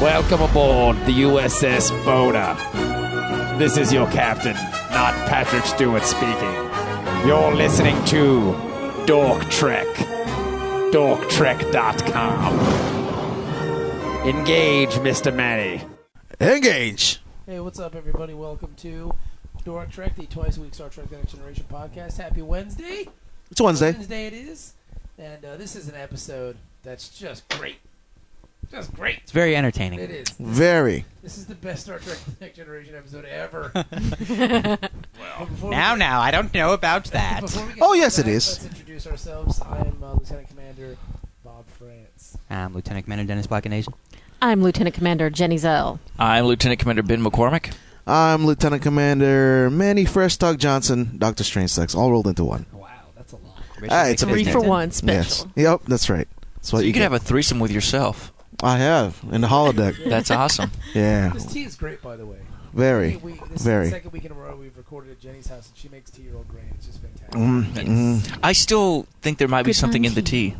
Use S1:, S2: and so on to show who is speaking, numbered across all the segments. S1: Welcome aboard the USS Boda. This is your captain, not Patrick Stewart speaking. You're listening to Dork Trek. DorkTrek.com. Engage, Mr. Manny.
S2: Engage.
S3: Hey, what's up, everybody? Welcome to Dork Trek, the twice a week Star Trek The Next Generation podcast. Happy Wednesday.
S2: It's Wednesday.
S3: Wednesday it is. And uh, this is an episode that's just great. Just great.
S4: It's very entertaining.
S3: It is.
S2: Very.
S3: This is the best Star Trek The Next Generation episode ever. well, before we
S4: Now,
S3: get-
S4: now, I don't know about that.
S3: before we get
S2: Oh,
S3: to
S2: yes,
S3: that,
S2: it is.
S3: Let's introduce ourselves. I am uh, Lieutenant Commander Bob France.
S4: I'm Um, Lieutenant Commander Dennis Black and Asian.
S5: I'm Lieutenant Commander Jenny Zell.
S6: I'm Lieutenant Commander Ben McCormick.
S2: I'm Lieutenant Commander Manny Fresh Talk Johnson, Doctor Strange Sex, all rolled into one.
S3: Wow, that's a lot.
S2: Ah, it's a
S5: Three
S2: big
S5: for
S2: deal.
S5: one
S2: Yes.
S5: special.
S2: Yep, that's right. That's what
S6: So you
S2: you,
S6: can
S2: get.
S6: have a threesome with yourself.
S2: I have in the holodeck.
S6: That's awesome.
S2: yeah.
S3: This tea is great, by the way.
S2: Very.
S3: We- this
S2: Very.
S3: is the second week in a row we've recorded at Jenny's house, and she makes tea Earl Grey. It's just fantastic.
S2: Mm, mm.
S6: I still think there might be
S5: Good
S6: something in
S5: time
S6: the
S5: tea.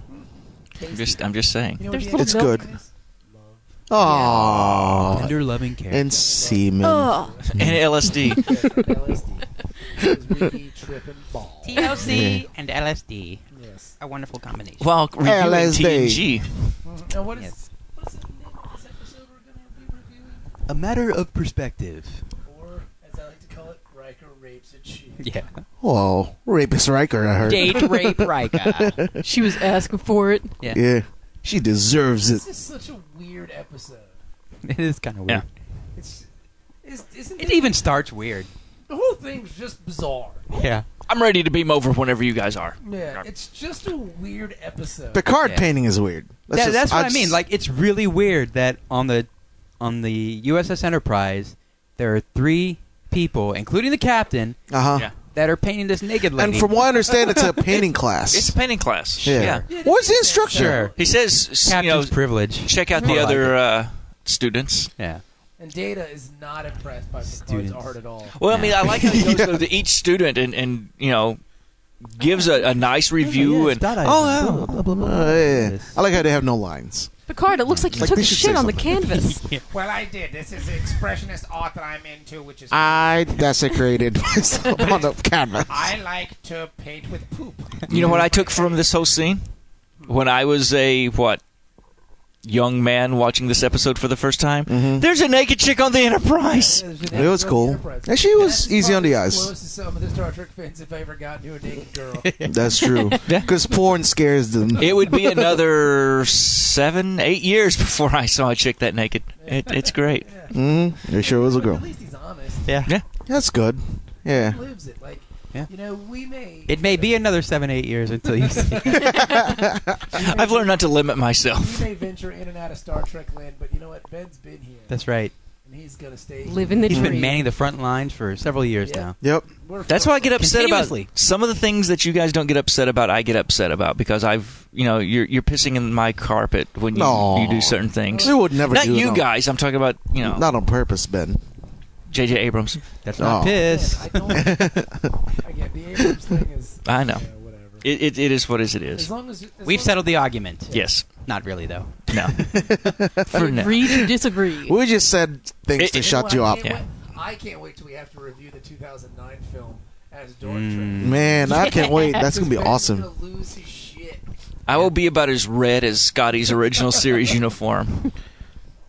S6: tea. I'm just, I'm just saying.
S3: You know
S5: There's
S3: what
S5: little
S3: the
S2: It's
S5: milk.
S2: good.
S3: answer is? Love.
S2: Aww.
S4: Under loving care.
S2: And semen.
S5: Oh,
S6: And LSD.
S3: Yeah, LSD. It's Ricky tripping ball.
S4: TLC and LSD.
S3: Yes.
S4: A wonderful combination.
S6: While reviewing
S2: LSD.
S6: TNG.
S3: And what is,
S4: Yes.
S3: what is the name of this episode we're going to be reviewing?
S4: a matter of perspective.
S3: Or, as I like to call it, Riker rapes a chick.
S4: Yeah.
S2: Whoa. Rapist Riker, I heard.
S4: Date rape Rika.
S5: she was asking for it.
S4: Yeah.
S2: Yeah. She deserves it.
S3: This is such a weird episode.
S4: It is kind of weird.
S3: It's, it's isn't
S4: It even starts weird.
S3: the whole thing's just bizarre.
S4: Yeah.
S6: I'm ready to beam over whenever you guys are.
S3: Yeah, it's just a weird episode.
S2: Picard
S4: Yeah.
S2: painting is weird. Let's
S4: That-
S2: just-
S4: that's what I
S2: just-
S4: mean. Like, it's really weird that on the on the USS Enterprise, there are three people, including the captain,
S2: Uh-huh.
S6: Yeah.
S4: that are painting this naked lady.
S2: And from what I understand, it's a painting class.
S6: It's a painting class.
S2: Yeah. What's the instructor?
S4: sure,
S6: He says, s- you
S4: captain's
S6: know,
S4: privilege.
S6: check out the
S4: More like
S6: other uh, students.
S4: Yeah.
S3: and Data is not impressed by Picard's
S4: Students.
S3: art at all.
S6: Well, I mean, I like how he goes through to each student and, and you know, gives a, a nice review and
S4: oh,
S2: Oh, yeah. I like how they have no lines.
S5: Picard, it looks like you
S2: Like,
S5: took
S2: they
S5: a
S2: should
S5: shit
S2: say
S5: on the
S2: something.
S5: canvas.
S3: Well, I did. This is expressionist art that I'm into, which is
S2: I desecrated myself on the canvas.
S3: like to paint with poop.
S6: You know what
S2: Mm-hmm.
S6: I took from this whole scene? When I was a what young man watching this episode for the first time,
S2: Mm-hmm.
S6: there's a naked chick on the Enterprise.
S2: It was cool. And she was easy on the eyes.
S3: Closest some of the Star Trek fans have ever gotten to a naked girl.
S2: That's true. Because porn scares them.
S6: It would be another seven, eight years before I saw a chick that naked. It, it's great.
S2: Mhm. It sure was a
S3: At
S2: girl.
S3: least he's honest.
S4: Yeah.
S6: Yeah.
S2: That's good. Yeah.
S3: He lives it. Like,
S4: Yeah.
S3: you know, we may.
S4: It may be another seven, eight years until you see.
S6: I've learned not to limit myself.
S3: We may venture in and out of Star Trek land, but you know what? Ben's been here,
S4: That's right.
S3: and he's gonna stay. here.
S5: Living the
S4: He's
S5: dream.
S4: been manning the front lines for several years
S3: Yeah.
S4: now.
S2: Yep.
S3: We're
S6: That's why I get upset about
S4: Continuously.
S6: some of the things that you guys don't get upset about. I get upset about because I've, you know, you're you're pissing in my carpet when you,
S2: No.
S6: you do certain things.
S2: We would never
S6: Not
S2: do it
S6: you
S2: on-
S6: guys. I'm talking about you know
S2: Not on purpose, Ben.
S6: J.J. Abrams.
S4: That's
S2: Oh.
S4: not piss.
S3: I don't. Again, the Abrams thing is.
S6: I know.
S3: Yeah, whatever.
S6: It, it, it is what is it
S3: as
S6: is.
S3: long as as
S4: We've
S3: long-
S4: settled the argument.
S6: Yes.
S4: Not really, though.
S6: No. For now.
S5: Agree to disagree.
S2: We just said things
S6: It-
S2: to
S3: know
S6: it-
S2: shut
S3: what?
S2: you
S3: I
S2: up.
S3: can't
S6: Yeah.
S3: wait- I can't wait till we have to review the 2009 film as Dorn Trek.
S2: Mm. Man, I can't wait. That's going to be
S3: Ben's
S2: awesome.
S3: Gonna lose his shit.
S6: I will be about as red as Scotty's original series uniform.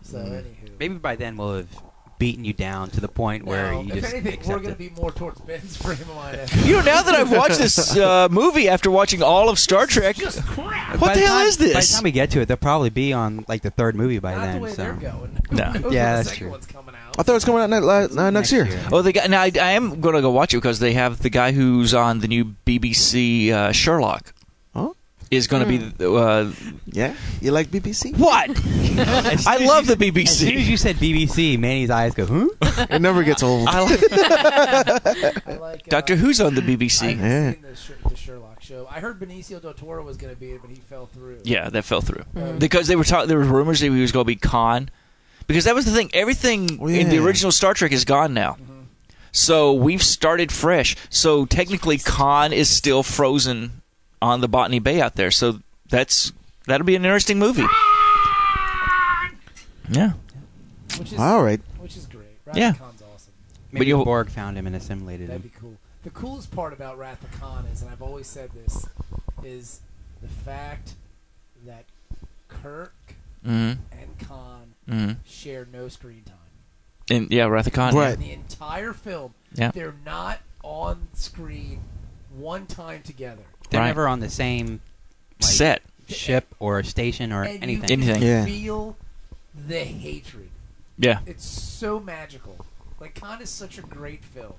S3: So anywho,
S4: Maybe by then we'll have beaten you down to the point where
S3: Now,
S4: you
S3: if
S4: just
S3: anything, we're
S4: accept
S3: gonna
S4: it.
S3: be more towards Ben's frame of mind.
S6: You know, now that I've watched this uh, movie after watching all of Star Trek,
S3: Just crap.
S6: what
S4: By
S6: the hell
S4: time-
S6: is
S4: By
S6: this?
S4: the time we get to it, they'll probably be on like the third movie by
S3: Not
S4: then.
S3: the way
S4: so.
S3: they're going.
S6: No.
S3: Those are
S4: Yeah,
S3: the
S4: that's
S3: second
S4: true.
S3: one's coming out.
S2: I thought it was coming out next, uh, next year.
S6: Oh, the guy. Now I, I am going to go watch it because they have the guy who's on the new BBC uh, Sherlock.
S2: Huh?
S6: Is going to be the- uh,
S2: Yeah? You like BBC?
S6: what?
S4: As
S6: I
S4: soon as
S6: love
S4: you-
S6: the
S4: As soon as
S6: BBC.
S4: you said BBC, Manny's eyes go, "Who?"
S2: It never gets old.
S6: I like
S3: I like, uh,
S6: Doctor Who's on the
S3: I
S6: BBC.
S3: haven't
S2: Yeah.
S3: seen the, Sher- the Sherlock show. I heard Benicio del Toro was going to be it, but he fell through.
S6: Yeah, that fell through
S3: Mhm.
S6: because they were talking. There were rumors that he was going to be Khan, because that was the thing. Everything
S2: Oh,
S6: in the
S2: yeah.
S6: original Star Trek is gone now, so we've started fresh. So technically, Khan is still frozen on the Botany Bay out there. So that's that'll be an interesting movie. Yeah,
S3: which is
S2: All right.
S3: which is great.
S6: Yeah.
S3: Rathcon's awesome.
S4: Maybe
S6: you'll-
S4: Borg found him and assimilated
S3: That'd
S4: him.
S3: be cool. The coolest part about Wrath of Khan is, and I've always said this, is the fact that Kirk
S6: Mm-hmm.
S3: and Khan
S6: Mm-hmm.
S3: share no screen time.
S6: And yeah, Wrath of Khan.
S2: Right.
S3: The entire film,
S6: Yeah.
S3: they're not on screen one time together.
S4: They're
S6: Right.
S4: never on the same like,
S6: Set.
S4: ship or station or
S3: and
S4: anything.
S3: You
S6: Anything.
S2: Yeah.
S3: feel the hatred.
S6: Yeah.
S3: It's so magical. Like Khan is such a great film.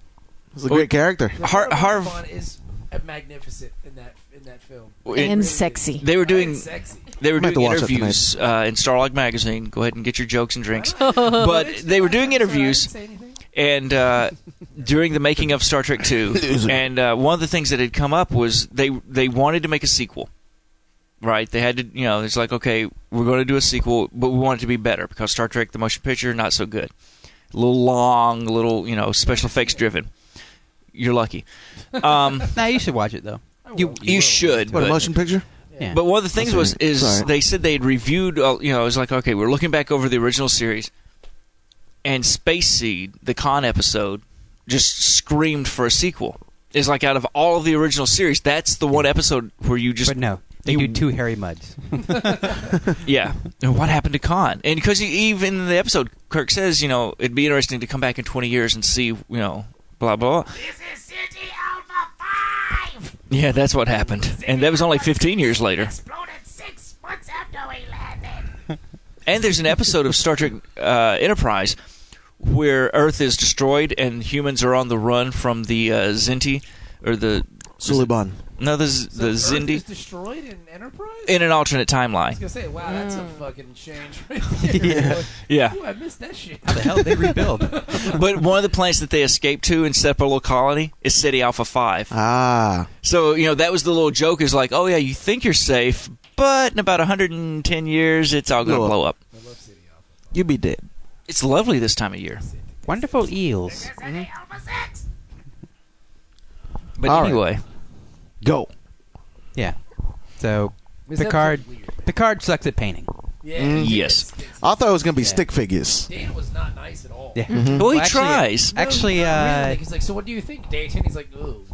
S2: He's a great character.
S3: The
S6: Har-
S3: Harv
S6: Harv-
S3: Khan is magnificent in that in that film.
S6: It-
S5: and sexy.
S6: they were doing
S3: And sexy.
S6: they were
S2: Might have
S6: doing
S2: to watch that
S6: interviews uh, in Starlog magazine. Go ahead and get your jokes and drinks.
S3: I don't know.
S6: But
S3: It's
S6: they were doing
S3: not- it's all right, I
S6: interviews.
S3: didn't say anything.
S6: and uh, during the making of Star Trek Two, and uh, one of the things that had come up was they they wanted to make a sequel, right? They had to, you know, it's like okay, we're going to do a sequel, but we want it to be better because Star Trek the motion picture not so good, a little long, little you know, special effects driven. You're lucky. Um,
S4: Nah, you should watch it though.
S3: I
S4: You-
S3: will.
S6: you, should.
S2: What, a
S6: but-
S2: motion picture?
S4: Yeah.
S6: but one of the things
S2: That's
S6: was
S2: all right.
S6: is
S2: Sorry.
S6: they said they had reviewed. uh, You know, it was like okay, we're looking back over the original series, and Space Seed, the con episode, just screamed for a sequel. It's like out of all of the original series, that's the one episode where you just
S4: but no, they
S6: you-
S4: do two Harry Muds.
S6: yeah. And what happened to Khan? And because even in the episode, Kirk says, you know, it'd be interesting to come back in twenty years and see, you know, blah blah. blah.
S3: This is City Alpha Five.
S6: Yeah, that's what happened, and that was only fifteen years later.
S3: Exploded six months after we landed.
S6: And there's an episode of Star Trek uh, Enterprise where Earth is destroyed and humans are on the run from the uh, Zinti or the
S2: Suliban.
S6: no the Z- the
S3: Earth is
S6: Zindi
S3: destroyed in Enterprise.
S6: in an alternate
S3: I
S6: timeline.
S3: was gonna say, wow, that's a fucking change right there.
S6: Mm. Yeah,
S3: Ooh, I missed that shit.
S4: How the hell did they rebuild?
S6: but one of the planets that they escape to and set up a little colony is City Alpha Five.
S2: Ah.
S6: So you know that was the little joke is like, oh yeah, you think you're safe, but in about 110 years, it's all gonna
S2: Blow up.
S6: blow up.
S3: I love City Alpha.
S2: You'd be dead.
S6: It's lovely this time of year.
S4: Wonderful eels.
S3: Mm-hmm.
S6: But
S2: All right.
S6: anyway,
S2: Go.
S4: Yeah. So
S3: This
S4: Picard-
S3: episode's weird.
S4: Picard sucks at painting.
S3: Yeah.
S2: Mm.
S6: Yes.
S2: I thought it was going to be
S4: Yeah.
S2: stick figures.
S3: Dan was not nice at all.
S4: Yeah.
S6: well, he
S4: Well, actually-
S6: tries.
S3: No,
S4: Actually,
S3: not
S4: uh,
S3: really. he's like, so what do you think, Dayton? He's like, ooh.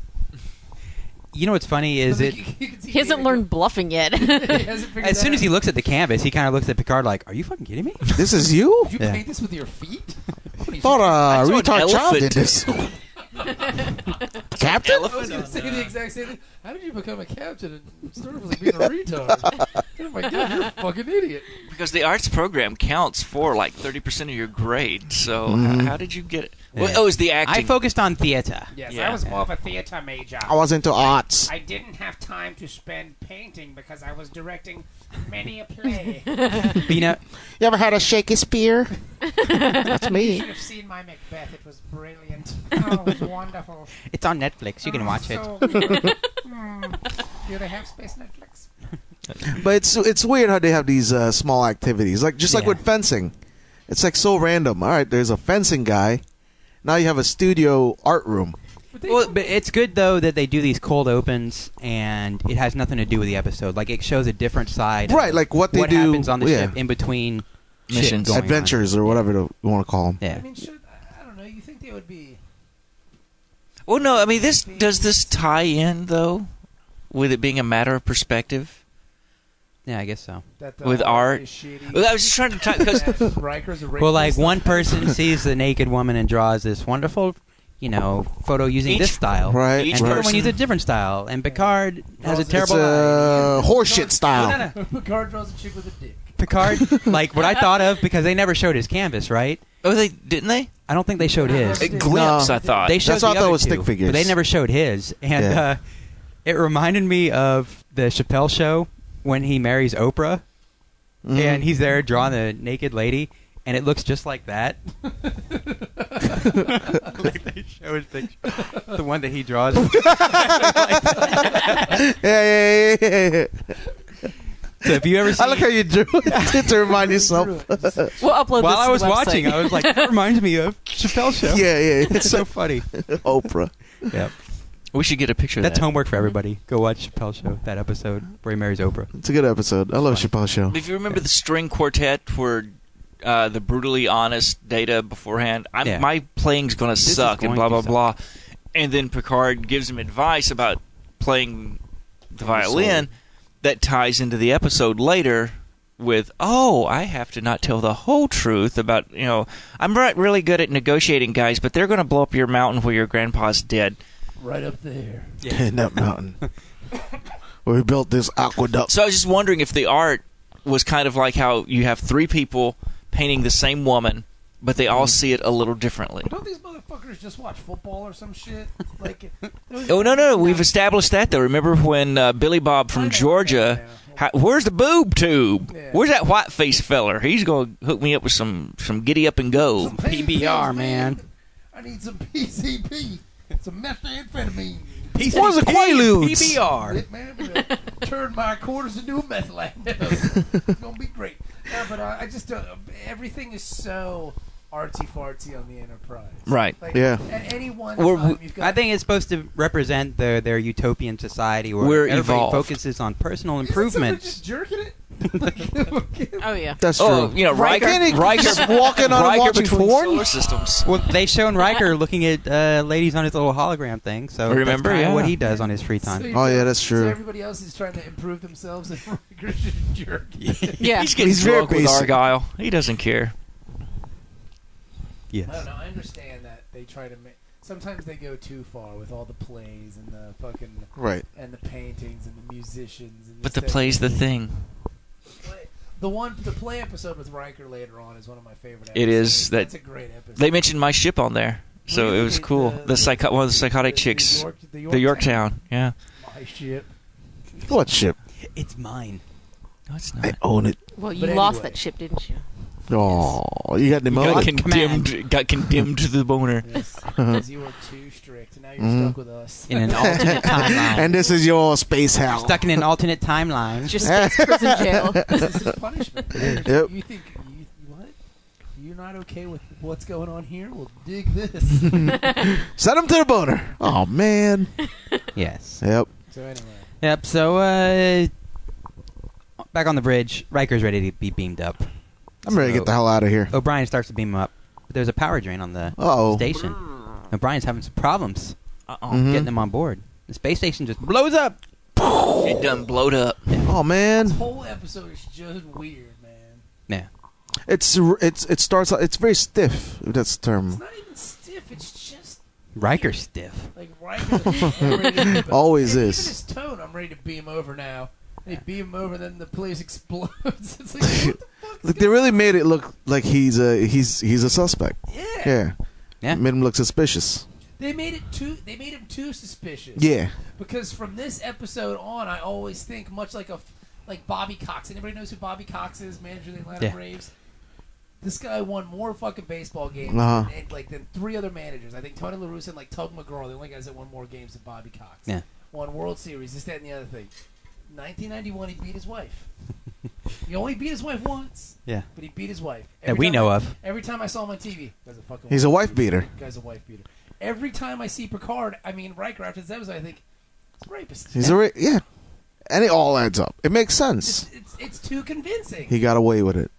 S4: You know what's funny is
S3: Like,
S4: it.
S3: you- you can see
S5: He hasn't
S3: Data
S5: learned bluffing yet.
S3: go- he hasn't figured that
S4: As soon as he
S3: out.
S4: looks at the canvas, he kind of looks at Picard like, "Are you fucking kidding me?"
S2: This is you?
S3: Did you
S4: Yeah.
S3: paint this with your feet? What are you
S2: Thought
S6: I
S2: a
S6: saw an
S2: retard child
S6: elephant.
S2: did this. Captain?
S3: I was going to say the exact same thing. How did you become a captain and start with being a retard? oh my god, you're a fucking idiot.
S6: Because the arts program counts for like thirty percent of your grade. So h- how did you get it? Well,
S4: Yeah.
S6: oh, it was the
S4: I
S6: acting.
S4: focused on theater.
S7: Yes,
S6: Yeah.
S7: I was more of a theater major.
S2: I was into arts.
S7: I didn't have time to spend painting because I was directing many a play. you
S4: But, you know,
S2: You ever had a shaky spear? That's me.
S7: should have seen my Macbeth. It was brilliant. Oh, it was wonderful.
S4: it's on Netflix. You can watch it.
S7: So good. Hmm. Do they have space Netflix?
S2: But it's it's weird how they have these uh, small activities, like just like
S4: Yeah.
S2: with fencing. It's like so random. All right, there's a fencing guy. Now you have a studio art room.
S3: But they
S4: Well,
S3: don't-
S4: but it's good though that they do these cold opens, and it has nothing to do with the episode. Like it shows a different side, of
S2: Right, like what they
S4: what
S2: do-
S4: happens on the
S2: yeah.
S4: ship in between shit
S6: Missions.
S4: going on.
S2: Adventures or whatever the- you want to call them.
S4: Yeah,
S3: I mean, should, I- I don't know. You think they would be.
S6: well, no, I mean this does this tie in though with it being a matter of perspective.
S4: yeah, I guess so.
S3: That the
S6: With
S3: Hulk
S6: art.
S3: is shitty,
S6: Well, I was just trying to talk because
S3: that Riker's a rapist.
S4: Well, like one person sees the naked woman and draws this wonderful, you know, photo using
S6: Each-
S4: this style,
S2: Right,
S6: Each
S4: And
S2: right.
S4: everyone
S6: person-
S4: uses a different style, and Picard has a
S3: It's,
S4: terrible.
S2: it's uh, horseshit
S4: eye.
S2: style.
S4: No, no, no.
S3: Picard draws a chick with a dick.
S4: Picard, like what I thought of because they never showed his canvas, right?
S6: oh, they didn't they?
S4: I don't think they showed his.
S6: A glimpse, I thought.
S4: They showed
S2: That's what
S4: the
S2: I thought
S4: other
S2: was stick
S4: two,
S2: figures.
S4: But they never showed his, and
S2: Yeah.
S4: uh, it reminded me of the Chappelle show when he marries Oprah,
S2: Mhm.
S4: and he's there drawing the naked lady, and it looks just like that. like they showed the, the one that he draws.
S2: yeah, yeah, yeah, yeah, yeah.
S4: so if you ever see,
S2: I like how you drew it to remind yourself.
S5: we'll upload
S4: while
S5: this
S4: I
S5: to
S4: was
S5: the website.
S4: watching, I was like, that reminds me of Chappelle show.
S2: Yeah, yeah,
S4: It's
S2: it's
S4: so funny.
S2: Oprah.
S4: Yep.
S6: We should get a picture.
S4: That's
S6: of that.
S4: homework for everybody. Go watch Chappelle show that episode where he marries Oprah.
S2: It's a good episode. I love Chappelle's show.
S6: If you remember the string quartet where uh, the brutally honest data beforehand. I'm,
S4: Yeah.
S6: My playing's gonna
S4: is
S6: suck
S4: going
S6: and blah
S4: to
S6: blah
S4: suck.
S6: blah. And then Picard gives him advice about playing the violin that ties into the episode later with oh i have to not tell the whole truth about you know i'm not really good at negotiating guys but they're going to blow up your mountain where your grandpa's dead
S3: Right up there.
S2: in that mountain. Where we built this aqueduct.
S6: so i was just wondering if the art was kind of like how you have three people painting the same woman but they all see it a little differently
S8: Don't these motherfuckers just watch football or some shit? Like,
S6: oh no no no we've established that though remember when uh, billy bob from georgia how, where's the boob tube
S8: Yeah.
S6: where's that white face feller he's going to hook me up with some some giddy up and go
S8: Some pain
S4: PBR,
S8: pills,
S4: man.
S8: I need some PCP, some methamphetamine.
S2: Where's the Quaaludes?
S4: PBR.
S8: It, man, I'm gonna turn my quarters into a meth lab. it's gonna be great. No, but uh, I just uh, everything is so artsy fartsy on the Enterprise.
S6: right
S8: Like,
S2: Yeah.
S8: At any one
S6: We're-
S8: time, you've got
S4: I think it's supposed to represent their their utopian society where
S6: We're
S4: everybody
S6: evolved.
S4: focuses on personal
S8: Isn't someone
S4: improvements.
S8: Just jerking it.
S5: Oh yeah.
S2: That's true.
S6: Oh, you know, Riker,
S2: Can't he
S6: Riker,
S2: just walking on and
S6: Riker
S2: watching
S6: between
S2: porn?
S6: solar systems.
S4: Well, they shown Riker looking at uh, ladies on his little hologram thing, so that's
S6: Remember,
S4: kinda
S6: yeah.
S4: what he does on his free time.
S2: Oh, yeah, that's
S8: So
S2: true.
S8: everybody else is trying to improve themselves, and Riker's just jerking.
S5: Yeah.
S6: He's getting
S2: He's very
S6: drunk with
S2: basic.
S6: Argyle. He doesn't care.
S4: Yes.
S3: I don't know. I understand that they try to make. Sometimes they go too far with all the plays and the fucking
S2: Right.
S3: and the paintings and the musicians. And this,
S6: But the
S3: that, and
S6: play's the thing.
S3: play- The one, the play episode with Riker later on is one of my favorite. episodes.
S6: It is that-
S3: That's a great episode.
S6: They mentioned my ship on there, so
S3: Really?
S6: it was cool. The, psycho- one of the psychotic chicks,
S3: York- the,
S6: the Yorktown. Yeah.
S3: My ship.
S2: What ship?
S4: It's mine.
S6: No, it's
S2: I
S6: not.
S2: own it.
S5: Well, you
S3: But
S5: lost
S3: anyway.
S5: that ship, didn't you?
S2: Oh, you got pneumonia.
S6: got
S4: con-
S6: condemned. Got condemned to the boner.
S3: Yes, because you were too strict, and now you're
S2: Mhm.
S3: stuck
S6: Mm-hmm.
S3: with us.
S4: In an alternate timeline.
S2: and this is your space house.
S4: Stuck in an alternate timeline.
S5: Just states prison jail.
S3: this is punishment.
S2: Yep.
S3: You think you, what? You're not okay with what's going on here? Well, dig this.
S2: Send him to the boner. Oh man.
S4: yes.
S2: Yep.
S3: so anyway,
S4: Yep. So uh, back on the bridge, Riker's ready to be beamed up.
S2: I'm ready to get the hell out of here.
S4: O'Brien starts to beam him up. But there's a power drain on the
S2: Oh.
S4: station. O'Brien's having some problems
S6: Uh-oh.
S4: getting him on board. The space station just blows up.
S6: It done blowed up.
S2: Oh man.
S3: this whole episode is just weird, man.
S4: Yeah.
S2: It's it's it starts. It's very stiff. If that's the
S3: It's
S2: term.
S3: not even stiff. It's just
S4: Riker's stiff.
S3: like Riker. I'm ready to-
S2: Always
S3: and
S2: is.
S3: Even his tone. I'm ready to beam over now. They beam him over, then the place explodes. it's like what the fuck?
S2: Like they really made it look like he's a he's he's a suspect.
S3: yeah.
S2: Yeah.
S4: Yeah.
S2: Made him look suspicious.
S3: They made it too. They made him too suspicious.
S2: Yeah.
S3: Because from this episode on, I always think much like a f- like Bobby Cox. Anybody knows who Bobby Cox is? Manager of the Atlanta
S4: Yeah.
S3: Braves. This guy won more fucking baseball games
S2: Uh-huh.
S3: than, like than three other managers. I think Tony La Russa and like Tug McGraw, are the only guys that won more games than Bobby Cox.
S4: Yeah.
S3: Won World Series, this, that, and the other thing. 1991, he beat his wife. he only beat his wife once,
S4: Yeah.
S3: but he beat his wife.
S4: That we
S3: time
S4: know
S3: I-
S4: of.
S3: Every time I saw him on TV, there's a fucking.
S2: He's a wife beater.
S3: Guy's a wife beater. Every time I see Picard, I mean Riker after this episode, I think it's a rapist.
S2: He's a ra- yeah. And it all adds up. It makes sense.
S3: It's, it's, it's too convincing.
S2: He got away with it.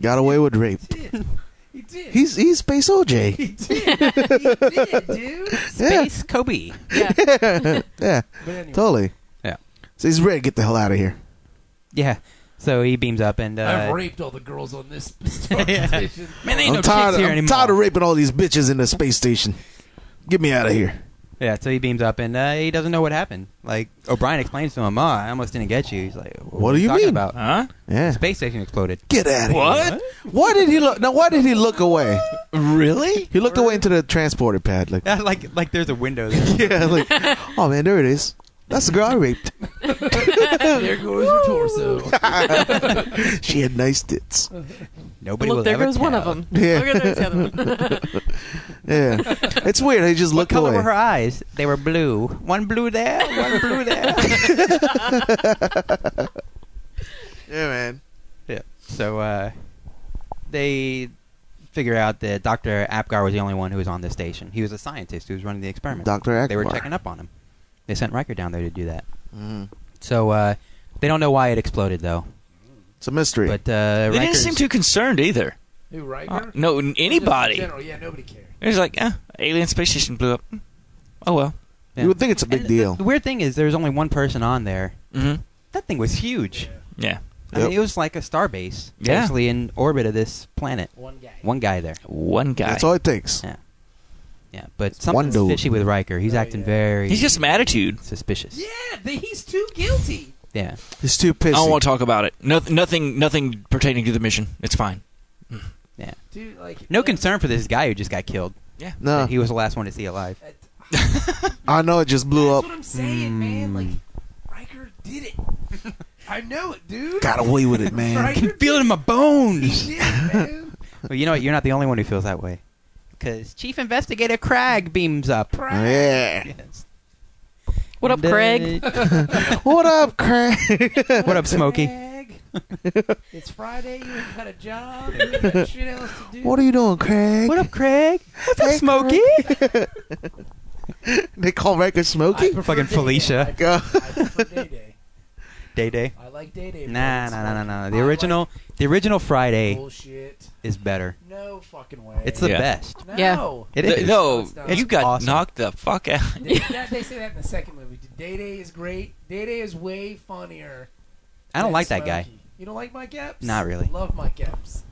S2: Got away with rape.
S3: He did. He did.
S2: He's he's space OJ.
S3: he did. he did, dude.
S2: Yeah.
S4: Space Kobe.
S5: Yeah.
S2: Yeah.
S3: But anyway,
S2: Totally.
S4: Yeah.
S2: So he's ready to get the hell out of here.
S4: Yeah. So he beams up and uh,
S3: I've raped all the girls on this star
S4: Yeah.
S3: station.
S4: man, they ain't
S2: I'm
S4: no
S2: tired.
S4: chicks here
S2: I'm
S4: anymore.
S2: tired of raping all these bitches in the space station. Get me out of here.
S4: Yeah, so he beams up and uh, he doesn't know what happened. Like O'Brien explains to him, "Ah, I almost didn't get you." He's like, "What,
S2: What
S4: are
S2: do you
S4: talking
S2: mean?"
S4: about?"
S6: Huh?
S2: Yeah.
S4: Space Uh, station exploded.
S2: Get out of
S6: What?
S2: here. Why did he look? Now, why did he look away?
S6: Really?
S2: He looked away into the transporter pad. Like,
S4: Yeah, like like there's a window there.
S2: yeah, like, oh man, there it is. That's the girl I raped.
S3: there goes her torso.
S2: She had nice tits.
S4: Nobody will
S5: Look, there
S4: ever
S5: goes one of
S4: tell.
S5: them.
S2: Yeah.
S5: Look at the other one.
S2: Yeah. It's weird. He just
S4: What
S2: looked
S4: color
S2: away.
S4: were her eyes? They were blue. One blue there, one blue there.
S2: Yeah, man.
S4: Yeah. So uh, they figure out that Doctor Apgar was the only one who was on the station. He was a scientist who was running the experiment.
S2: Doctor Akbar.
S4: They were checking up on him. They sent Riker down there to do that.
S2: Mhm.
S4: So uh, they don't know why it exploded though.
S2: It's a mystery.
S4: But uh,
S6: They didn't seem too concerned either.
S3: Who Riker?
S6: Uh, no, n- anybody.
S3: Just in general, yeah, nobody cared.
S6: It was like, eh, alien space station blew up. Oh well.
S4: yeah.
S2: You would think it's a big
S4: And the-
S2: deal.
S4: The weird thing is, there's only one person on there.
S6: Mm-hmm.
S4: That thing was huge.
S6: Yeah.
S4: I mean,
S2: Yep.
S4: it was like a starbase,
S6: Yeah.
S4: basically in orbit of this planet.
S3: One guy.
S4: One guy there.
S6: One guy.
S2: That's all it takes.
S4: Yeah, but
S2: one
S4: something's
S2: dude.
S4: fishy with Riker. He's
S3: Oh,
S4: acting
S3: yeah.
S4: very.
S6: He's got some attitude.
S4: suspicious.
S3: Yeah, the, he's too guilty.
S4: Yeah.
S2: It's too
S6: I
S2: pissy.
S6: don't want to talk about it. No, nothing, nothing pertaining to the mission. It's fine.
S3: Dude, like
S4: No
S3: man,
S4: concern for this guy who just got killed.
S2: no,
S4: He was the last one to see alive.
S3: that-
S2: I know it just blew
S3: That's
S2: up.
S3: what I'm saying,
S4: Hmm.
S3: man. Like Riker did it. I know it, dude.
S2: Got away with it,
S3: Riker
S2: man.
S3: did
S4: feel it in my bones.
S3: it, man.
S4: well, you know what? You're not the only one who feels that way. Because Chief Investigator Craig beams up.
S2: yeah.
S4: Yes.
S5: What up,
S4: And, uh,
S5: Craig?
S2: What up, Craig?
S4: what up, Smokey?
S3: Egg. it's Friday. You ain't got a job. You ain't got shit else to do.
S2: what are you doing, Craig?
S4: What up, Craig? What's up,
S2: Hey,
S4: Smokey?
S2: They call Riker Smokey.
S3: I prefer
S4: Fucking
S3: Day-Day.
S4: Felicia.
S2: Go.
S3: I prefer Day Day.
S4: Day Day.
S3: I like Day Day.
S4: Nah, nah, nah, nah, nah. The original, the original Friday
S3: bullshit.
S4: is better.
S3: No fucking way.
S4: It's the
S6: Yeah.
S4: best.
S3: no.
S5: Yeah.
S4: It
S6: Th-
S4: is.
S6: No,
S3: It's not.
S6: you
S4: It's
S6: got
S4: awesome.
S6: knocked the fuck out.
S3: They, that, they say that in the second movie. Day Day is great. Day Day is way funnier.
S4: I don't
S3: than
S4: like that guy.
S3: Smokey. You don't like Mike Epps?
S4: Not really.
S3: Love Mike Epps.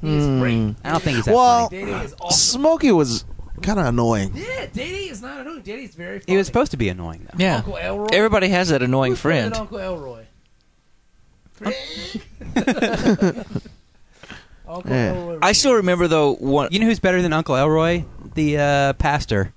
S3: He's
S2: Hmm.
S3: great.
S4: I don't think he's that
S2: Well,
S4: funny.
S3: Day Day is awesome.
S2: Smokey was kind of annoying.
S3: yeah, Day Day is not annoying. Day Day is very funny.
S4: He was supposed to be annoying though.
S6: Yeah.
S3: Uncle Elroy.
S6: Everybody has that annoying
S3: Who's better than
S6: friend.
S3: Uncle Elroy. Uncle
S2: Yeah.
S3: Elroy.
S6: I still remember though. One.
S4: You know who's better than Uncle Elroy? The uh, pastor.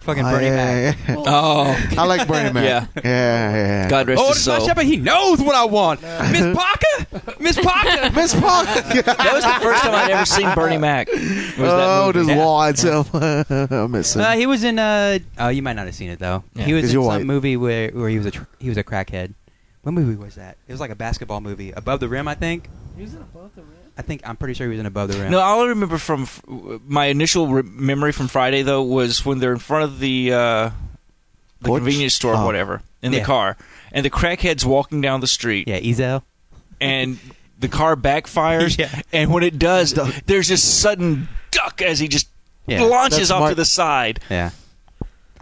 S4: Fucking Bernie Mac.
S2: I, uh,
S6: Oh,
S2: I like Bernie Mac.
S6: Yeah.
S2: yeah, yeah.
S6: God rest
S4: Oh,
S6: his
S4: it's my
S6: soul.
S4: shepherd. He knows what I want. Miss Parker, Miss Parker.
S2: Miss Parker.
S6: That was the first time I'd ever seen Bernie Mac. Was
S2: oh,
S6: that
S2: this
S6: movie.
S2: wall itself. I miss it.
S4: Uh, he was in. Uh, oh, you might not have seen it though.
S6: Yeah.
S4: He
S2: 'Cause
S4: was in some
S2: you're white.
S4: movie where, where he was a tr- he was a crackhead. What movie was that? It was like a basketball movie, Above the Rim, I think.
S3: He was in Above the Rim.
S4: I think I'm pretty sure he was in Above the Rim.
S6: No, all I remember from f- my initial re- memory from Friday though was when they're in front of the uh, the
S2: Porch?
S6: convenience store, or
S2: Oh.
S6: whatever, in
S4: Yeah.
S6: the car, and the crackhead's walking down the street,
S4: yeah, Ezel.
S6: and the car backfires,
S4: Yeah.
S6: and when it does, there's this sudden duck as he just
S4: Yeah,
S6: launches
S2: that's
S6: off
S2: Mark-
S6: to the side.
S4: Yeah,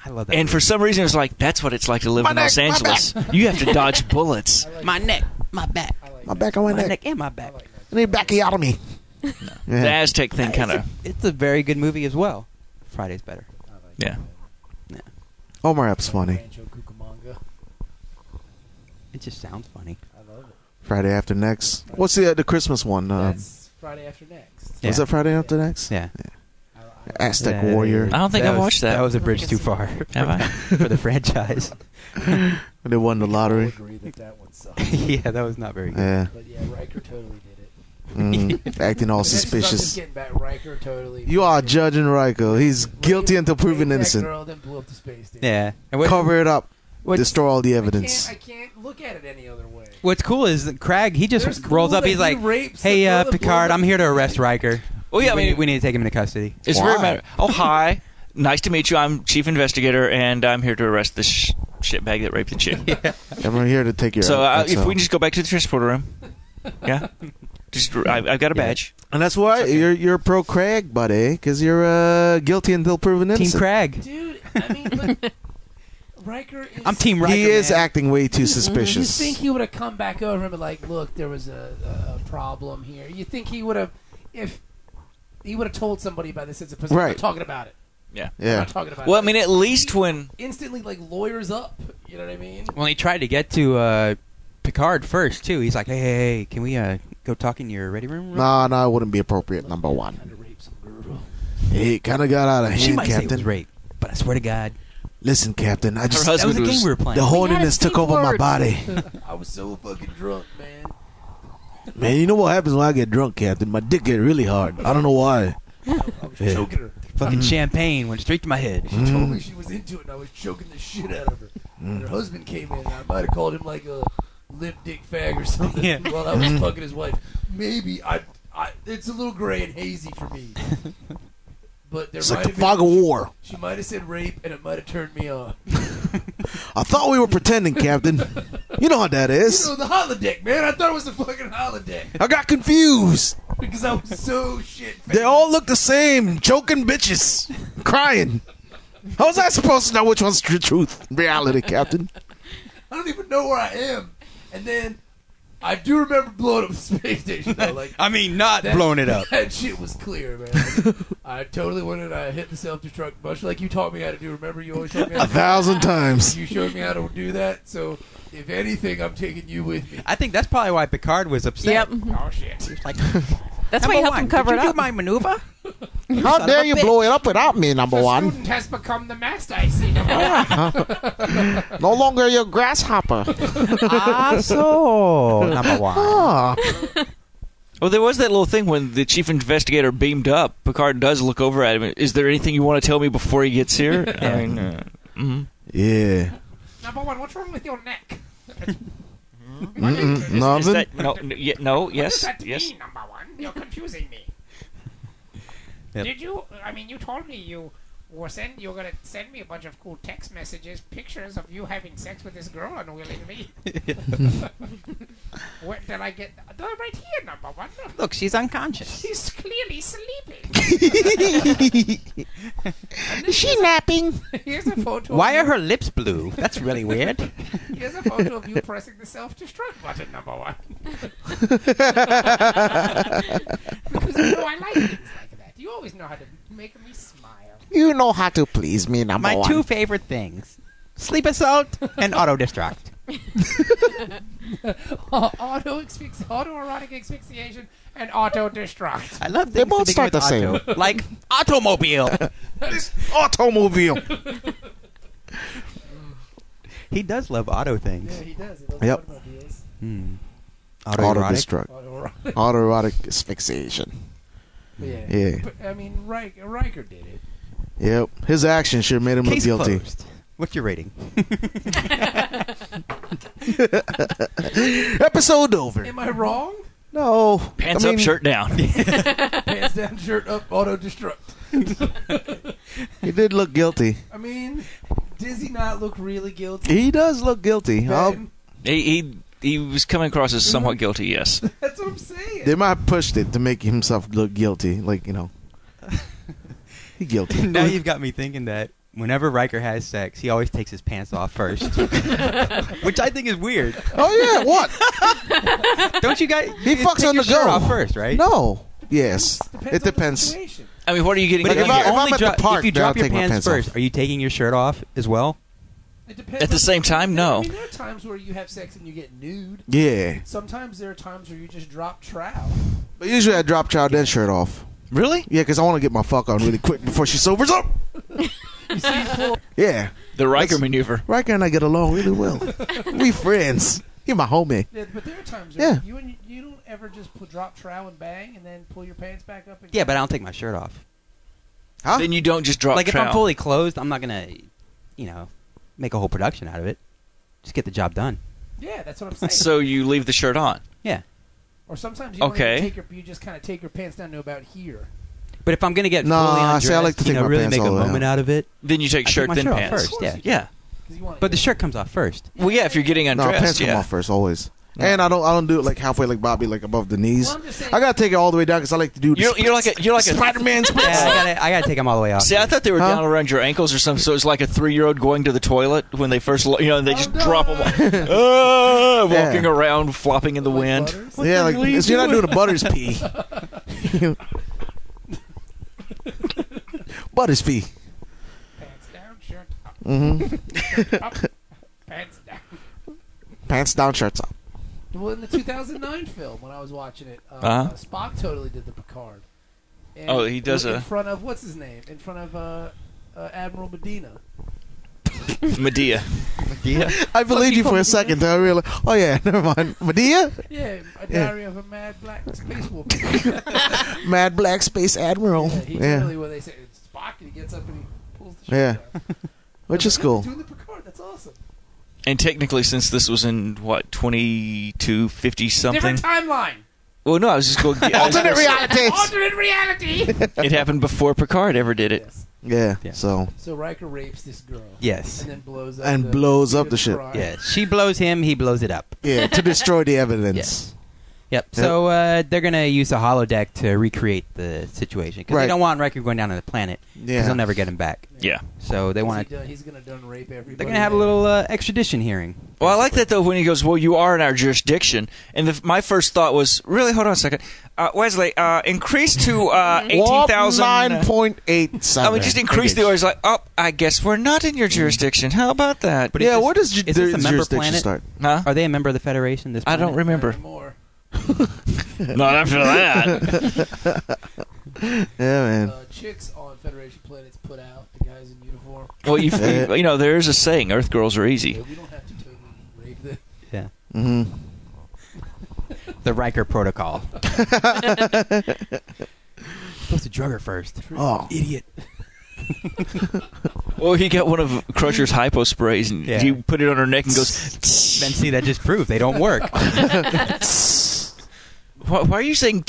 S4: I love that.
S6: And for some reason, it's like that's what it's like to live in Los Angeelse. You have to dodge bullets.
S4: movie. my neck, my back,
S3: I like
S2: my back on my,
S4: my
S2: neck.
S4: neck. and my back.
S2: I need backiotomy. Yeah.
S6: The Aztec thing kind of,
S4: It's a very good movie as well. Friday's better.
S6: yeah.
S2: Omar Epps funny.
S3: Rancho Cucamonga.
S4: It just sounds funny.
S3: I love it.
S2: Friday after next. What's the uh, the Christmas one? Um,
S3: That's Friday after next.
S4: Yeah.
S2: Was that Friday after next?
S4: Yeah.
S3: I, I,
S2: Aztec
S4: Yeah, Uh.
S2: Warrior.
S6: I don't think I
S4: was-
S6: watched that.
S4: That was a bridge too far.
S6: Have I?
S4: for the franchise.
S2: They won the
S3: I
S2: lottery.
S3: agree that that one sucks.
S4: yeah, that was not very good.
S2: Yeah.
S3: But yeah, Riker totally did it.
S2: Mhm. Acting all
S3: That's- I'm just
S2: suspicious.
S3: getting back. Riker totally.
S2: You are judging Ryko. He's guilty until proven
S3: That
S2: innocent.
S3: Girl then blew up the space station.
S4: Yeah. And what,
S2: Cover it up.
S4: what-
S2: Destroy all the
S3: I
S2: evidence.
S3: can't, I can't look at it any other way.
S4: what's cool is that Craig, he just
S3: There's
S4: rolls
S3: cool
S4: up.
S3: that
S4: He's
S3: he
S4: like,
S3: rapes the
S4: hey,
S3: girl
S4: uh,
S3: that
S4: Picard,
S3: blew up
S4: I'm here to arrest Riker.
S6: Well, yeah, I
S4: we,
S6: mean,
S4: we need to take him into custody.
S6: It's
S2: Why?
S6: very matter. Oh, hi. Nice to meet you. I'm chief investigator, and I'm here to arrest this sh- shitbag that raped the chick.
S2: Everyone here to take your.
S6: So uh,
S2: that's
S6: if
S2: all.
S6: we just go back to the transporter room, yeah. Just I, I've got a
S4: Yeah.
S6: badge.
S2: and that's why you're you're pro Craig, buddy, because you're uh, guilty until proven
S4: Team
S2: innocent.
S4: Craig.
S3: Dude, I mean, but Riker is.
S4: I'm Team Riker.
S2: he is
S4: man.
S2: acting way too
S3: You
S2: suspicious.
S3: think he would have come back over and be like, "Look, there was a, a problem here." You think he would have, if he would have told somebody about this, it's opposed to
S2: Right.
S3: not talking about it.
S2: yeah.
S3: Not talking about
S6: Well, I
S3: it.
S6: mean, at least when
S3: instantly like lawyers up. You know what I mean?
S4: Well, he tried to get to uh, Picard first, too. He's like, hey, hey, hey, can we uh, go talk in your ready room?
S2: No, no, it wouldn't be appropriate. Number
S3: Kind
S2: one,
S3: of rape some girl.
S2: he kind of got out of
S4: She
S2: hand,
S4: might say it
S2: Captain.
S4: was rape, but I swear to God,
S2: Listen, Captain, I just
S6: Her
S4: that was
S6: Husband
S4: the game
S6: was-
S4: we were playing.
S2: the horniness
S5: speak
S2: took over my
S5: word.
S2: body.
S3: I was so fucking drunk, man.
S2: Man, you know what happens when I get drunk, Captain? My dick get really hard. I don't know why.
S3: I was
S2: Yeah.
S3: choking her.
S4: Fucking champagne went straight to my head.
S3: She told
S2: Mm.
S3: me she was into it, and I was choking the shit out of her. And her husband came in, and I might have called him like a lip dick fag or something
S4: Yeah.
S3: while I
S2: Mm.
S3: was fucking his wife. Maybe I, I, it's a little gray and hazy for me. But there
S2: It's like
S3: might
S2: the
S3: have been,
S2: fog of war.
S3: she might have said rape, and it might have turned me on.
S2: I thought we were pretending, Captain. You know how that is.
S3: So the holodeck, man. I thought it was the fucking holodeck
S2: I got confused.
S3: because I was so shit.
S2: They all look the same, joking bitches, crying. How was I supposed to know which one's the truth, reality, Captain?
S3: I don't even know where I am. And then I do remember blowing up the space station. Though. Like
S4: I mean, not
S3: That-
S4: blowing it up.
S3: that shit was clear, man. I totally wanted to hit the self destruct, much like you taught me how to do. Remember, you always taught me how
S2: A
S3: to
S2: thousand times.
S3: You showed me how to do that. So, if anything, I'm taking you with me.
S4: I think that's probably why Picard was upset.
S5: Yep.
S3: Oh shit!
S4: It's Like,
S5: That's why you helped him cover it up.
S4: my maneuver?
S2: How dare you blow it up without me, number one?
S3: has become the master. I see.
S2: No longer your grasshopper.
S4: ah, so number one.
S2: Ah.
S6: Well, there was that little thing when the chief investigator beamed up. Picard does look over at him. Is there anything you want to tell me before he gets here? I mean, uh, mhm.
S2: Yeah.
S3: Number one, what's wrong with your neck?
S2: Mm-mm.
S6: Is
S2: Nothing.
S6: that- no, n- ye- no, yes, yes.
S3: number one? You're confusing me.
S4: Yep.
S3: Did you? I mean, you told me you were send. You're gonna send me a bunch of cool text messages, pictures of you having sex with this girl unwillingly. Where did I get? They're right here, number one.
S4: Look, she's unconscious.
S3: He's clearly sleeping.
S2: Is she napping?
S3: Here's a photo.
S4: Why
S3: of
S4: are
S3: you,
S4: her lips blue? That's really weird.
S3: Here's a photo of you pressing the self-destruct button, number one. because you know I like things like that. You always know how to make me smile.
S2: You know how to please me, number
S4: My
S2: one.
S4: two favorite things: sleep assault and auto destruct.
S3: auto Uh, autoerotic asphyxiation and auto destruct.
S4: I love
S2: They
S4: things
S2: both
S4: that
S2: start
S4: begin
S2: the
S4: with auto. like automobile.
S2: automobile.
S4: He does love auto things.
S3: he does. He loves
S2: Yep.
S3: automobiles.
S4: Hmm.
S2: Auto
S4: Autoerotic.
S2: destruct.
S3: Oh, Autoerotic.
S2: Autoerotic asphyxiation.
S3: Yeah.
S2: Yeah.
S3: But, I mean, Riker, Riker did it.
S2: Yep. His action should have made him look
S4: Case
S2: guilty.
S4: closed. What's your rating?
S2: Episode over.
S3: Am I wrong?
S2: No.
S6: Pants
S2: I
S6: up,
S2: mean,
S6: shirt down.
S3: Pants down, shirt up, auto destruct.
S2: He did look guilty.
S3: I mean, does he not look really guilty?
S2: He does look guilty. I'll-
S3: Ben?
S6: he, he he was coming across as somewhat guilty. Yes.
S3: That's what I'm saying.
S2: they might have pushed it to make himself look guilty. Like, you know. He guilty.
S4: now you've got me thinking that whenever Riker has sex, he always takes his pants off first, which I think is weird.
S2: oh, yeah. What?
S4: Don't you guys?
S2: He
S4: you
S2: fucks
S4: take
S2: on
S4: your
S2: the
S4: shirt
S2: go.
S4: off first, right?
S2: No. Yes. it
S3: on the
S2: depends.
S3: situation.
S6: I mean, what are you getting?
S4: But
S2: Like,
S4: if,
S2: if
S4: you
S6: done
S2: I- if
S6: here?
S2: I'm
S4: only
S2: at the
S4: dro-
S2: park,
S4: if you
S2: then I'll
S4: drop your
S2: take my
S4: pants,
S2: pants off.
S4: first, are you taking your shirt off as well?
S3: It depends
S6: At the
S3: on
S6: same time,
S3: I
S6: no.
S3: mean, there are times where you have sex and you get nude.
S2: Yeah.
S3: Sometimes there are times where you just drop trowel.
S2: But usually I drop child then shirt off.
S6: Really?
S2: Yeah, because I want to get my fuck on really quick before she sobers up. yeah.
S6: The Riker
S2: That's-
S6: maneuver.
S2: Riker and I get along really well. we friends. He my homie.
S3: Yeah, but there are times where
S2: Yeah.
S3: you and you don't ever just pull, drop trowel and bang and then pull your pants back up. And
S4: Yeah, but I don't take my shirt off.
S2: Huh?
S6: Then you don't just drop.
S4: like if I'm
S6: trowel.
S4: fully closed, I'm not gonna, you know, make a whole production out of it. Just get the job done.
S3: yeah, that's what I'm saying.
S6: So you leave the shirt on.
S4: Yeah.
S3: or sometimes you, don't even
S6: Okay.
S3: take your, you just kind of take your pants down to about here.
S4: But if I'm gonna get
S2: Nah,
S4: fully undressed,
S2: see, I like to
S4: you
S2: take
S4: know,
S2: my
S4: really
S2: pants
S4: make a
S2: all the way
S4: moment
S2: out.
S4: out of it.
S6: Then you
S4: I
S6: take
S4: take
S6: shirt,
S4: my
S6: then
S4: shirt off
S6: pants.
S4: first, yeah.
S6: Yeah.
S3: 'Cause you want
S4: But the shirt comes off first.
S6: Well, yeah. If you're getting
S2: No,
S6: undressed,
S2: pants
S6: yeah.
S2: come off first always. And I don't I don't do it like halfway like Bobby like above the knees.
S3: Well, I'm just saying-
S2: I gotta take it all the way down because I like to do. the
S6: You're, you're like a you're like a
S2: Spider-Man
S4: Yeah,
S2: sprints.
S4: I gotta, I gotta take them all the way off.
S6: See, I thought they were
S2: Huh?
S6: down around your ankles or something. So it's like a three-year-old going to the toilet when they first, lo- you know, and they just drop them, uh, walking
S2: Yeah.
S6: around, flopping in the wind.
S3: butters?
S2: yeah, like it's- you're not doing the butters pee. butters pee.
S3: pants down, shirt up,
S2: hmm
S3: up, pants down.
S2: Pants down, shirts up.
S3: Well, in the 2009 film, when I was watching it, uh,
S6: Uh-huh.
S3: Spock totally did the Picard. And
S6: Oh, he does
S3: in
S6: a-
S3: front of what's his name? In front of uh, uh, Admiral Medina.
S6: Medea.
S2: I believed you for a second. Then I realized, oh yeah, never mind. Medea,
S3: Yeah, a
S2: Yeah.
S3: diary of a mad black space woman.
S2: Mad Black Space Admiral.
S3: Yeah, he
S2: Yeah,
S3: totally when they say it's Spock and he gets up and he pulls the shirt
S2: Yeah.
S3: down.
S2: which is
S3: Like,
S2: cool.
S3: he's Doing the Picard, that's awesome.
S6: And technically, since this was in what 2250 something,
S3: Different timeline.
S6: Well, no, I was just going. I was-
S2: Alternate realities.
S3: Alternate reality.
S6: It happened before Picard ever did it.
S3: yes.
S2: Yeah,
S4: Yeah.
S2: So
S3: So Riker rapes this girl.
S4: Yes.
S3: And then blows up.
S2: And
S3: the,
S2: blows up the ship.
S3: Picard.
S4: Yeah. She blows him. He blows it up.
S2: yeah, to destroy the evidence.
S4: Yep. So uh, they're gonna use the holodeck to recreate the situation because
S2: Right.
S4: they don't want Riker going down to the planet because
S2: Yeah.
S4: they'll never get him back.
S6: Yeah.
S4: So they
S3: He's
S4: want to.
S3: done- He's gonna done rape everybody.
S4: They're gonna have a little uh, extradition hearing.
S6: Well, I like that though when he goes, "Well, you are in our jurisdiction," and the, my first thought was, "Really? Hold on a second, uh, Wesley, uh, increase to uh,
S3: Mm-hmm.
S6: eighteen thousand.
S2: Nine point eight
S6: I
S4: Oh,
S2: seven.
S6: mean, just increase the orders. Like, oh, I guess we're not in your jurisdiction. How about that?
S4: But
S2: yeah,
S4: is this-
S2: where does ju-
S4: is
S2: their
S4: this a member
S2: jurisdiction
S4: planet?
S2: start?
S6: Huh?
S4: Are they a member of the Federation? This
S6: I don't
S4: planet?
S6: remember.
S3: More.
S6: not after that.
S2: Yeah, man.
S3: Uh, chicks on Federation planets put out the guys in uniform.
S6: well, you, you know, there is a saying: Earth girls are
S3: Yeah,
S6: easy.
S3: we don't have to totally rape them.
S2: Mm-hmm.
S4: The Riker Protocol. Supposed to drug her first.
S2: Oh,
S4: Idiot.
S6: Well, he got one of Crusher's hypo sprays, and
S4: Yeah.
S6: he put it on her neck and goes,
S4: Then see that just proves they don't work.
S6: "Why, why are you saying?"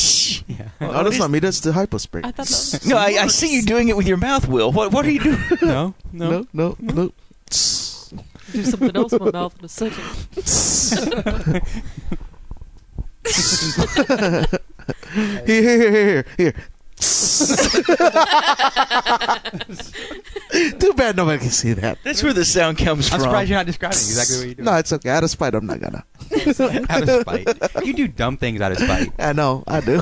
S4: yeah.
S2: no, that's not me. That's the hypo spray.
S5: I thought that was
S6: No, I, I see you doing it with your mouth, Will. What What are you doing?
S4: No. No.
S2: No, no, no.
S5: do something else with my mouth in a second.
S2: Here, here, here, here, here. Too bad nobody can see that.
S6: That's where the sound comes
S4: I'm
S6: from.
S4: surprised you're not describing exactly what you're doing.
S2: No, it's okay. Out of spite, I'm not gonna.
S4: out of spite. You do dumb things out of spite.
S2: I know, I do.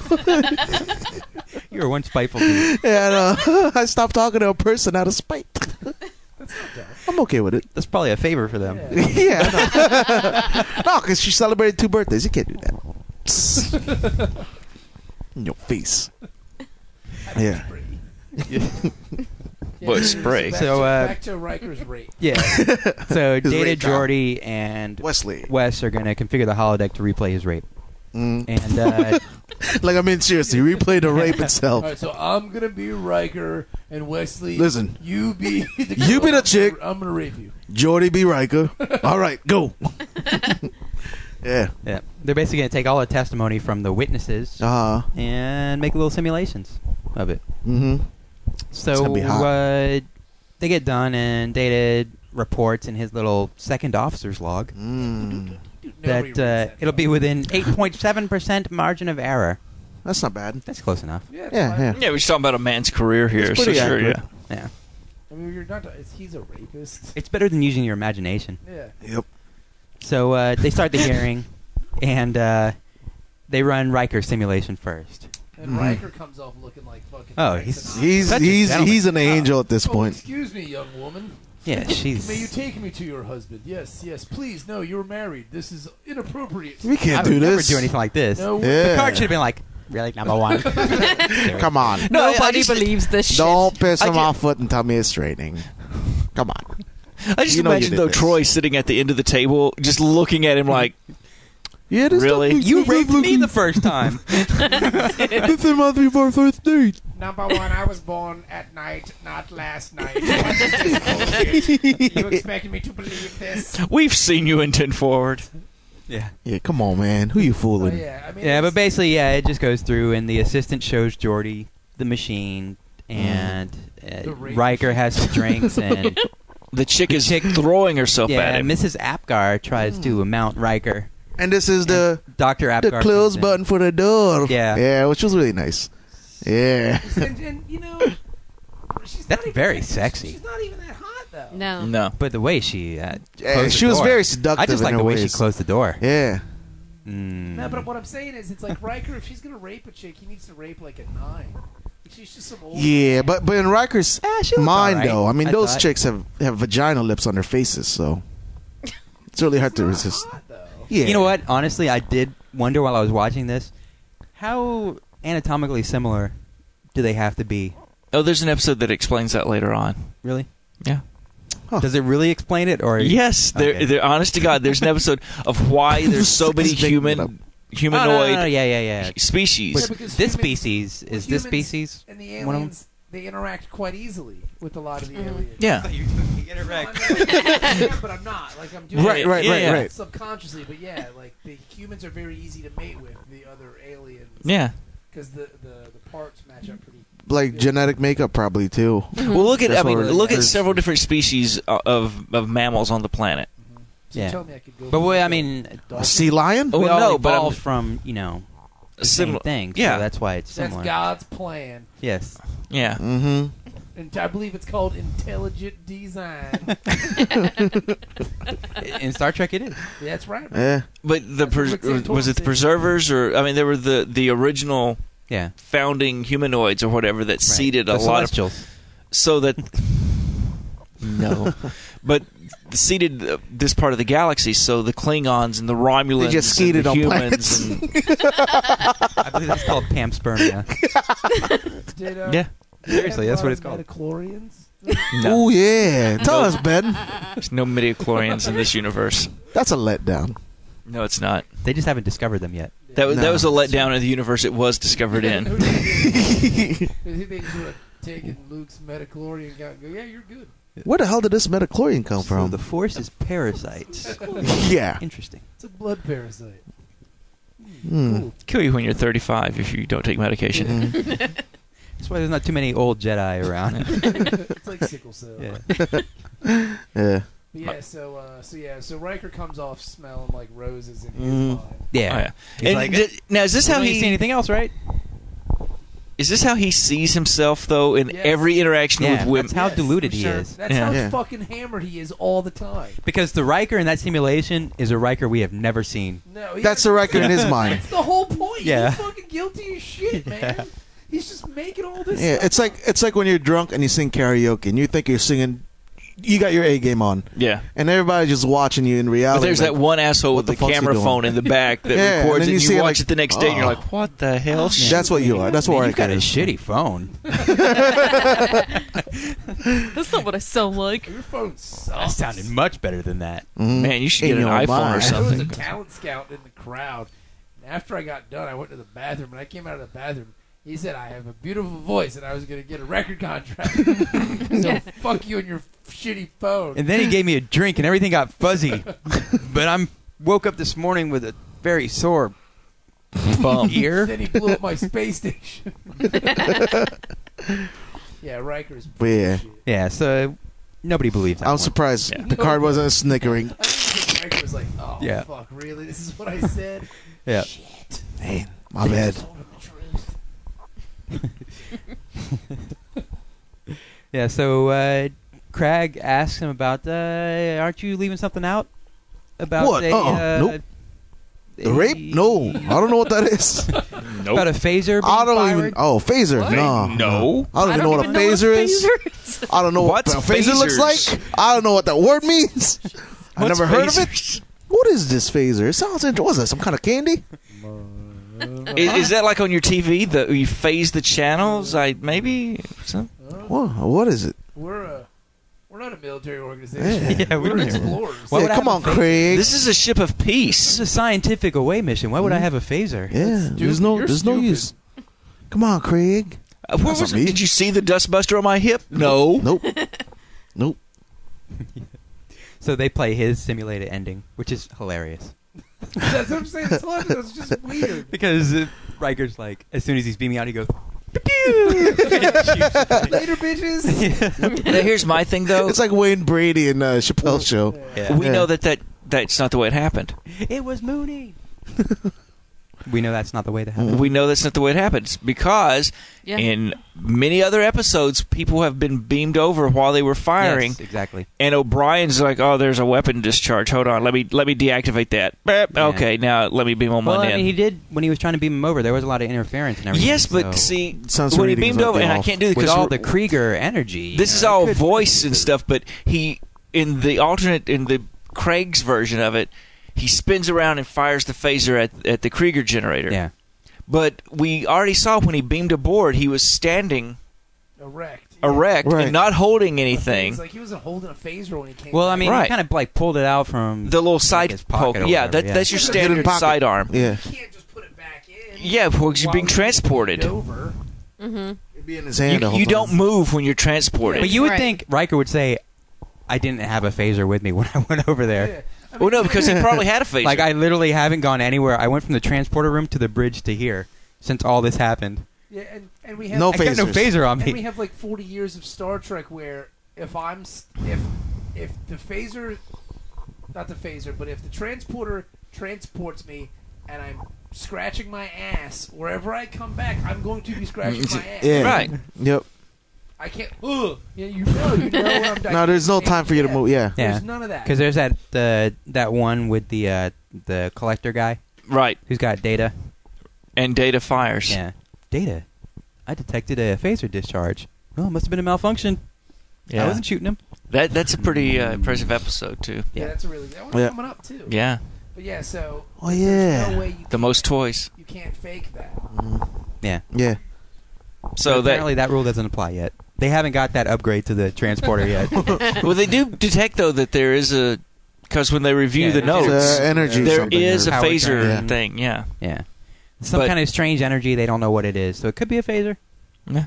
S4: You're one spiteful dude.
S2: and uh, I stopped talking to a person out of spite. I'm okay with it.
S4: That's probably a favor for them.
S2: yeah, I know. no, because she celebrated two birthdays. You can't do that. In your face. Yeah.
S6: What spray?
S3: Back,
S4: So,
S3: to,
S4: uh,
S3: back to Riker's rape.
S4: Yeah. So Data,
S2: rape trial.
S4: Geordi, and
S2: Wesley.
S4: Wes are gonna configure the holodeck to replay his rape.
S2: Mm.
S4: And uh,
S2: Like, I mean, seriously, replay the rape
S3: All
S2: itself.
S3: right, so I'm gonna be Riker and Wesley.
S2: Listen.
S3: you be the girl.
S2: You be the
S3: I'm gonna-
S2: chick.
S3: I'm gonna rape you.
S2: Jordy B. Riker. All right, go. yeah.
S4: yeah, they're basically gonna take all the testimony from the witnesses
S2: Uh,
S4: and make little simulations of it.
S2: mm-hmm.
S4: So
S2: gonna be hot.
S4: uh, they get done, and Data reports in his little second officer's log
S2: Mm.
S3: Dude, nobody
S4: that uh,
S3: rapes
S4: it'll be
S3: dog.
S4: within 8.7% margin of error.
S2: That's not bad.
S4: That's close enough.
S3: Yeah, it's
S2: Yeah,
S3: fine.
S2: yeah.
S6: Yeah, we're just talking about a man's career here.
S2: It's pretty
S6: so sure,
S2: accurate.
S6: yeah.
S4: Yeah,
S3: I mean, you're not. It's, he's a rapist.
S4: it's better than using your imagination.
S3: Yeah.
S2: Yep.
S4: So uh, they start the hearing, and uh, they run Riker's simulation first.
S3: And
S2: Mhm.
S3: Riker comes off looking like fucking.
S4: Mm-hmm. Oh,
S3: Frank
S4: he's-
S3: Sinatra.
S2: He's
S4: Such a
S2: he's
S4: gentleman.
S2: he's an angel at this
S3: Oh,
S2: point.
S3: Excuse me, young woman.
S4: Yeah, she's.
S3: May you take me to your husband? Yes, yes. Please, no. You're married. This is inappropriate.
S2: We
S4: I
S2: can't
S4: would
S2: do
S4: never
S2: this.
S4: do anything like this.
S3: No.
S2: Yeah.
S4: Picard should have been like, really number one.
S2: Come on.
S6: No, I- I
S5: Nobody
S6: just-
S5: believes this shit.
S2: Don't piss
S6: I
S2: him
S6: ju-
S2: off foot and tell me it's raining. Come on.
S6: I just
S2: You know you
S6: imagine
S2: did
S6: though
S2: this.
S6: Troy sitting at the end of the table, just looking at him like,
S2: Yeah,
S6: this Really? don't-
S4: you raped me the first time.
S2: This must be our first date.
S3: Number one, I was born at night, not last night. What is this bullshit? you expected me to believe this?
S6: "We've seen you in Ten Forward."
S4: yeah.
S2: Yeah, come on, man. Who you
S3: Oh,
S2: fooling?
S3: yeah, I mean,
S4: Yeah,
S3: it's-
S4: but basically, yeah, it just goes through, and the assistant shows Jordy the machine, and uh,
S3: The rape
S4: Riker has some drinks, and
S6: The chick is
S4: chick-
S6: throwing herself at
S4: yeah,
S6: him.
S4: Mrs. Apgar tries to mount Riker.
S2: And this is the
S4: Doctor Apgar.
S2: the close
S4: comes in.
S2: button for the door.
S4: Yeah.
S2: yeah, which was really nice. Yeah,
S3: And, and you know, she's
S4: That's
S3: not even
S4: very
S3: that-
S4: sexy.
S3: She's not even that hot though.
S5: No.
S6: No,
S4: But the way she, uh,
S2: Yeah,
S4: closed the
S2: she was
S4: door.
S2: very seductive.
S4: I just
S2: in
S4: like
S2: her
S4: the way she
S2: ways.
S4: closed the door.
S2: Yeah,
S4: Mm.
S3: No, but what I'm saying is, it's like Riker. If she's gonna rape a chick, he needs to rape like a nine. She's just some old.
S2: yeah, but but in Riker's
S4: Ah, she looked
S2: mind,
S4: alright,
S2: though, I mean, those
S4: thought.
S2: chicks have have vaginal lips on their faces, so it's really hard to
S3: Not
S2: resist.
S3: hot, though.
S2: Yeah,
S4: You know what? Honestly, I did wonder while I was watching this, how anatomically similar do they have to be?
S6: oh, there's an episode that explains that later on.
S4: Really?
S6: Yeah.
S2: Huh.
S4: Does it really explain it, or
S6: Yes, they're,
S4: Okay.
S6: they're honest to God. There's an episode of why there's so many
S2: Just making it up.
S6: human
S4: Oh, no,
S6: humanoid
S4: no, no, no, yeah, yeah, yeah.
S6: species.
S4: Was
S3: because
S4: this
S3: humans-
S4: species is
S3: well,
S4: this
S3: humans
S4: species
S3: And the
S4: one of them?
S3: aliens they interact quite easily with a lot of the aliens.
S6: Yeah.
S4: You interact.
S3: I mean, yeah, but I'm not. Like I'm doing
S2: Right,
S3: it
S2: right,
S6: Yeah,
S2: right,
S6: yeah.
S2: right.
S3: subconsciously, but yeah, like the humans are very easy to mate with the other aliens.
S6: Yeah.
S3: Because the, the the parts match up pretty.
S2: Like genetic makeup, probably too.
S6: Well, look at
S2: That's
S6: I mean,
S2: what we're-
S6: look at
S2: there's-
S6: several different species o- of of mammals on the planet.
S3: So
S4: Yeah.
S3: you told me I could go.
S4: But
S3: for
S4: wait,
S3: the-
S4: I mean,
S2: A sea lion?
S6: Oh,
S4: we all
S6: no, but I'm-
S4: evolved from you know the same
S6: Similar-
S4: thing.
S6: yeah.
S4: so that's why it's
S3: that's
S4: similar.
S3: God's plan,
S4: Yes.
S6: Yeah.
S2: Mm-hmm.
S3: and I believe it's called intelligent design.
S4: In Star Trek, it is.
S3: That's right.
S2: Yeah.
S6: But
S3: That's
S6: the
S3: what
S6: pres
S3: it's in
S6: was it the
S3: Tolkien.
S6: preservers or I mean there were the the original
S4: Yeah.
S6: founding humanoids or whatever that seeded a
S4: the
S6: lot of
S4: Celestials.
S6: so that no, but seeded uh, this part of the galaxy. So the Klingons and the Romulans
S2: They just
S6: and
S2: seeded
S6: the
S2: on
S6: humans. and-
S4: I believe that's called Panspermia.
S3: Did, uh,
S6: yeah,
S4: Seriously, that's what it's called.
S3: Metachlorians?
S2: Oh yeah. Tell us, Ben.
S6: there's no midichlorians in this universe.
S2: That's a letdown.
S6: No, it's not.
S4: They just haven't discovered them yet.
S6: That was that
S2: No.
S6: was a letdown of the universe it was discovered
S3: Who
S6: in.
S3: do you think- who do you think would have taken Luke's metachlorian guy and go, yeah, you're good.
S2: Where the hell did this metachlorian come
S4: So
S2: from?
S4: the Force is parasites.
S2: yeah.
S4: Interesting.
S3: It's a blood parasite.
S2: Hmm.
S3: Cool.
S6: Kill you when you're 35 if you don't take medication.
S2: Mm.
S4: That's why there's not too many old Jedi around.
S3: It's like sickle cell.
S4: yeah.
S6: Oh,
S2: Yeah.
S3: But yeah, so uh, so yeah, so Riker comes off smelling like roses in his
S4: Hmm.
S2: Mm.
S3: mind.
S4: Yeah.
S6: Oh, yeah.
S4: He's
S6: And
S4: like,
S6: did- now is this
S4: "You
S6: how
S4: don't need to see
S6: he
S4: anything else, right?
S6: is this how he sees himself though in
S3: Yes.
S6: every interaction
S4: Yeah,
S6: with women?
S4: that's how
S3: Yes,
S4: deluded
S3: for
S4: he
S3: sure.
S4: is.
S3: That's
S6: Yeah.
S3: how
S2: Yeah.
S3: fucking hammered he is all the time.
S4: Because the Riker in that simulation is a Riker we have never seen.
S3: No, he-
S2: That's the record in his mind.
S3: That's the whole point.
S4: Yeah.
S3: He's fucking guilty as shit,
S4: Yeah.
S3: man. He's just making all this.
S2: Yeah,
S3: stuff
S2: it's like it's like when you're drunk and you sing karaoke and you think you're singing, you got your A game on,
S6: yeah.
S2: and everybody's just watching you in reality.
S6: But there's that
S2: like,
S6: one asshole
S2: what
S6: with
S2: the
S6: the,
S2: fuck's he
S6: camera
S2: doing?
S6: phone in the back that
S2: Yeah, and
S6: records
S2: then
S6: it.
S2: you
S6: And
S2: see
S6: you,
S2: it,
S6: watch
S2: like,
S6: it the next day, and you're
S2: oh.
S6: like, "What the hell?"
S2: That's what you are. That's what
S4: Man,
S2: I
S4: you've got a
S2: is.
S4: shitty phone.
S5: That's not what I sound like.
S3: Your phone sucks.
S4: I sounded much better than that.
S2: Mhm.
S6: Man, you should
S2: In
S6: get an
S2: your
S6: iPhone or
S2: mind.
S3: There was a
S6: something.
S3: talent scout in the crowd. And after I got done, I went to the bathroom, and I came out of the bathroom. He said, "I have a beautiful voice, and I was going to get a record contract." so fuck you and your shitty phone.
S4: And then he gave me a drink, and everything got fuzzy. but I'm woke up this morning with a very sore
S6: Bum.
S4: ear.
S3: then he blew up my space station. yeah, Riker's.
S2: But yeah,
S4: Yeah, so nobody believes that.
S2: I'm
S4: one.
S2: surprised
S6: Yeah.
S2: the card wasn't snickering.
S3: I think Riker was like, "Oh
S4: Yeah.
S3: fuck, really? This is what I said."
S4: Yeah.
S3: Shit.
S2: Man, my bad.
S3: I told him the truth.
S4: Yeah, so uh, Craig asks him about, uh, aren't you leaving something out? About
S2: What?
S4: a,
S2: Uh-uh.
S4: uh,
S2: Nope. The
S4: a-
S2: rape? No, I don't know what that is.
S6: Nope.
S4: About a phaser? Being
S2: I don't
S4: fired?
S2: even. Oh, phaser. No,
S6: No.
S2: I don't even know what a phaser is.
S5: is.
S2: I don't know what
S6: What's
S2: a phaser looks
S6: phasers?
S2: like. I don't know what that word means. I
S6: What's
S2: never heard of it.
S6: phasers?
S2: What is this phaser? It sounds interesting. What's that? Some kind of candy?
S6: Is, is that like on your TV? The you phase the channels? I maybe. So,
S2: Whoa, what is it?
S3: We're a, we're not a military organization.
S2: Yeah.
S4: Yeah, we
S3: we're
S4: were-
S3: explorers.
S4: Why
S2: Yeah,
S4: would I
S2: come
S4: have a
S2: on,
S4: phaser?
S2: Craig.
S6: this is a ship of
S4: This
S6: peace.
S4: is a scientific away mission. Why would
S6: Mm-hmm.
S4: I have a phaser?
S2: Yeah, there's no,
S3: You're
S2: there's no
S3: stupid.
S2: use. Come on, Craig.
S6: Uh, where
S2: That's
S6: was
S2: not me.
S6: it? Did you see the dustbuster on my hip? No.
S2: Nope. nope.
S4: So they play his simulated ending, which is hilarious.
S3: That's what I'm saying. It's logical. It's just weird.
S4: Because uh, Riker's like, as soon as he's beaming out, he goes, "Pew!"
S3: Later, bitches.
S6: Now, here's my thing though.
S2: It's like Wayne Brady in uh, Chappelle's show.
S4: Yeah.
S6: we know that, that that's not the way it happened.
S4: It was Mooney. we know that's not the way to
S2: Mm-hmm.
S4: happen.
S6: We know that's not the way it happens because
S5: Yeah.
S6: in many other episodes, people have been beamed over while they were firing,
S4: Yes, exactly.
S6: and O'Brien's like, "Oh, there's a weapon discharge. Hold on, let me let me deactivate that. Beep.
S4: Yeah.
S6: Okay, now let me beam him
S4: Well,
S6: on
S4: I mean, he
S6: in."
S4: did when he was trying to beam him over. There was a lot of interference and everything.
S6: yes, but
S4: so-
S6: see,
S2: Sounds
S6: when he
S2: readings
S6: beamed
S2: are
S6: over, and I
S2: off.
S6: can't do it
S4: with
S6: because
S4: all
S6: we're-
S4: the Krieger energy,
S6: this
S4: you
S6: is
S4: know,
S6: all
S4: it could-
S6: voice and stuff. But he in the alternate in the Craig's version of it, he spins around and fires the phaser at at the Krieger generator.
S4: Yeah,
S6: But we already saw when he beamed aboard, he was standing
S3: Erect.
S6: erect
S2: Right.
S6: and not holding
S3: It's
S6: anything.
S3: like he wasn't holding a phaser when he came.
S4: Well,
S3: back.
S4: I mean,
S6: Right.
S4: he kind of like pulled it out from
S6: The
S4: like,
S6: little side
S4: his
S6: poke.
S4: pocket or
S6: yeah,
S4: whatever,
S6: that, that's your
S3: Hidden
S6: standard
S2: pocket.
S6: sidearm.
S2: Yeah.
S3: you can't just put it back in.
S6: Yeah, because you're
S3: While
S6: being
S3: you're
S6: transported.
S3: Over.
S2: It'd be in his hand. the
S6: you
S2: whole
S6: you
S2: time.
S6: don't move when you're transported.
S4: But you would
S5: Right.
S4: think Riker would say, "I didn't have a phaser with me when I went over there."
S6: well, no, because he probably had a phaser.
S4: Like I literally haven't gone anywhere. I went from the transporter room to the bridge to here since all this happened.
S3: Yeah, and, and we have
S2: No
S4: I got no
S2: phasers.
S4: phaser on
S3: and we
S4: me.
S3: have like 40 years of Star Trek where if I'm s- if if the phaser not the phaser but if the transporter transports me and I'm scratching my ass wherever I come back I'm going to be scratching my ass
S2: Mm-hmm. Yeah.
S6: Right.
S2: Yep.
S3: I can't ugh. yeah you know you know where I'm
S2: No, there's no time for you to move. Yeah.
S4: Yeah,
S3: There's none of that
S4: because there's that the that one with the uh, the collector guy
S6: right.
S4: who's got data.
S6: And data fires.
S4: Yeah, data. I detected a phaser discharge. Well, it must have been a malfunction.
S6: Yeah.
S4: I wasn't shooting him.
S6: That that's a pretty uh, impressive episode too.
S3: yeah,
S4: yeah.
S3: that's a really that one's
S2: Yeah.
S3: coming up too
S6: Yeah.
S3: but yeah so
S2: Oh
S3: there's no
S2: yeah.
S3: way you
S6: The most toys.
S3: you can't fake that
S4: Yeah.
S2: Yeah.
S6: So
S4: apparently
S6: that
S4: that rule doesn't apply yet. They haven't got that upgrade to the transporter yet.
S6: well, they do detect though that there is a because when they review
S4: Yeah,
S6: the
S4: it's, uh,
S6: notes,
S2: It's, uh, energy.
S6: there
S2: something
S6: is a
S2: or-
S4: Power
S6: phaser
S2: train. Yeah.
S6: thing. Yeah.
S4: yeah. Some
S6: But-
S4: kind of strange energy. They don't know what it is. So it could be a phaser
S6: Yeah.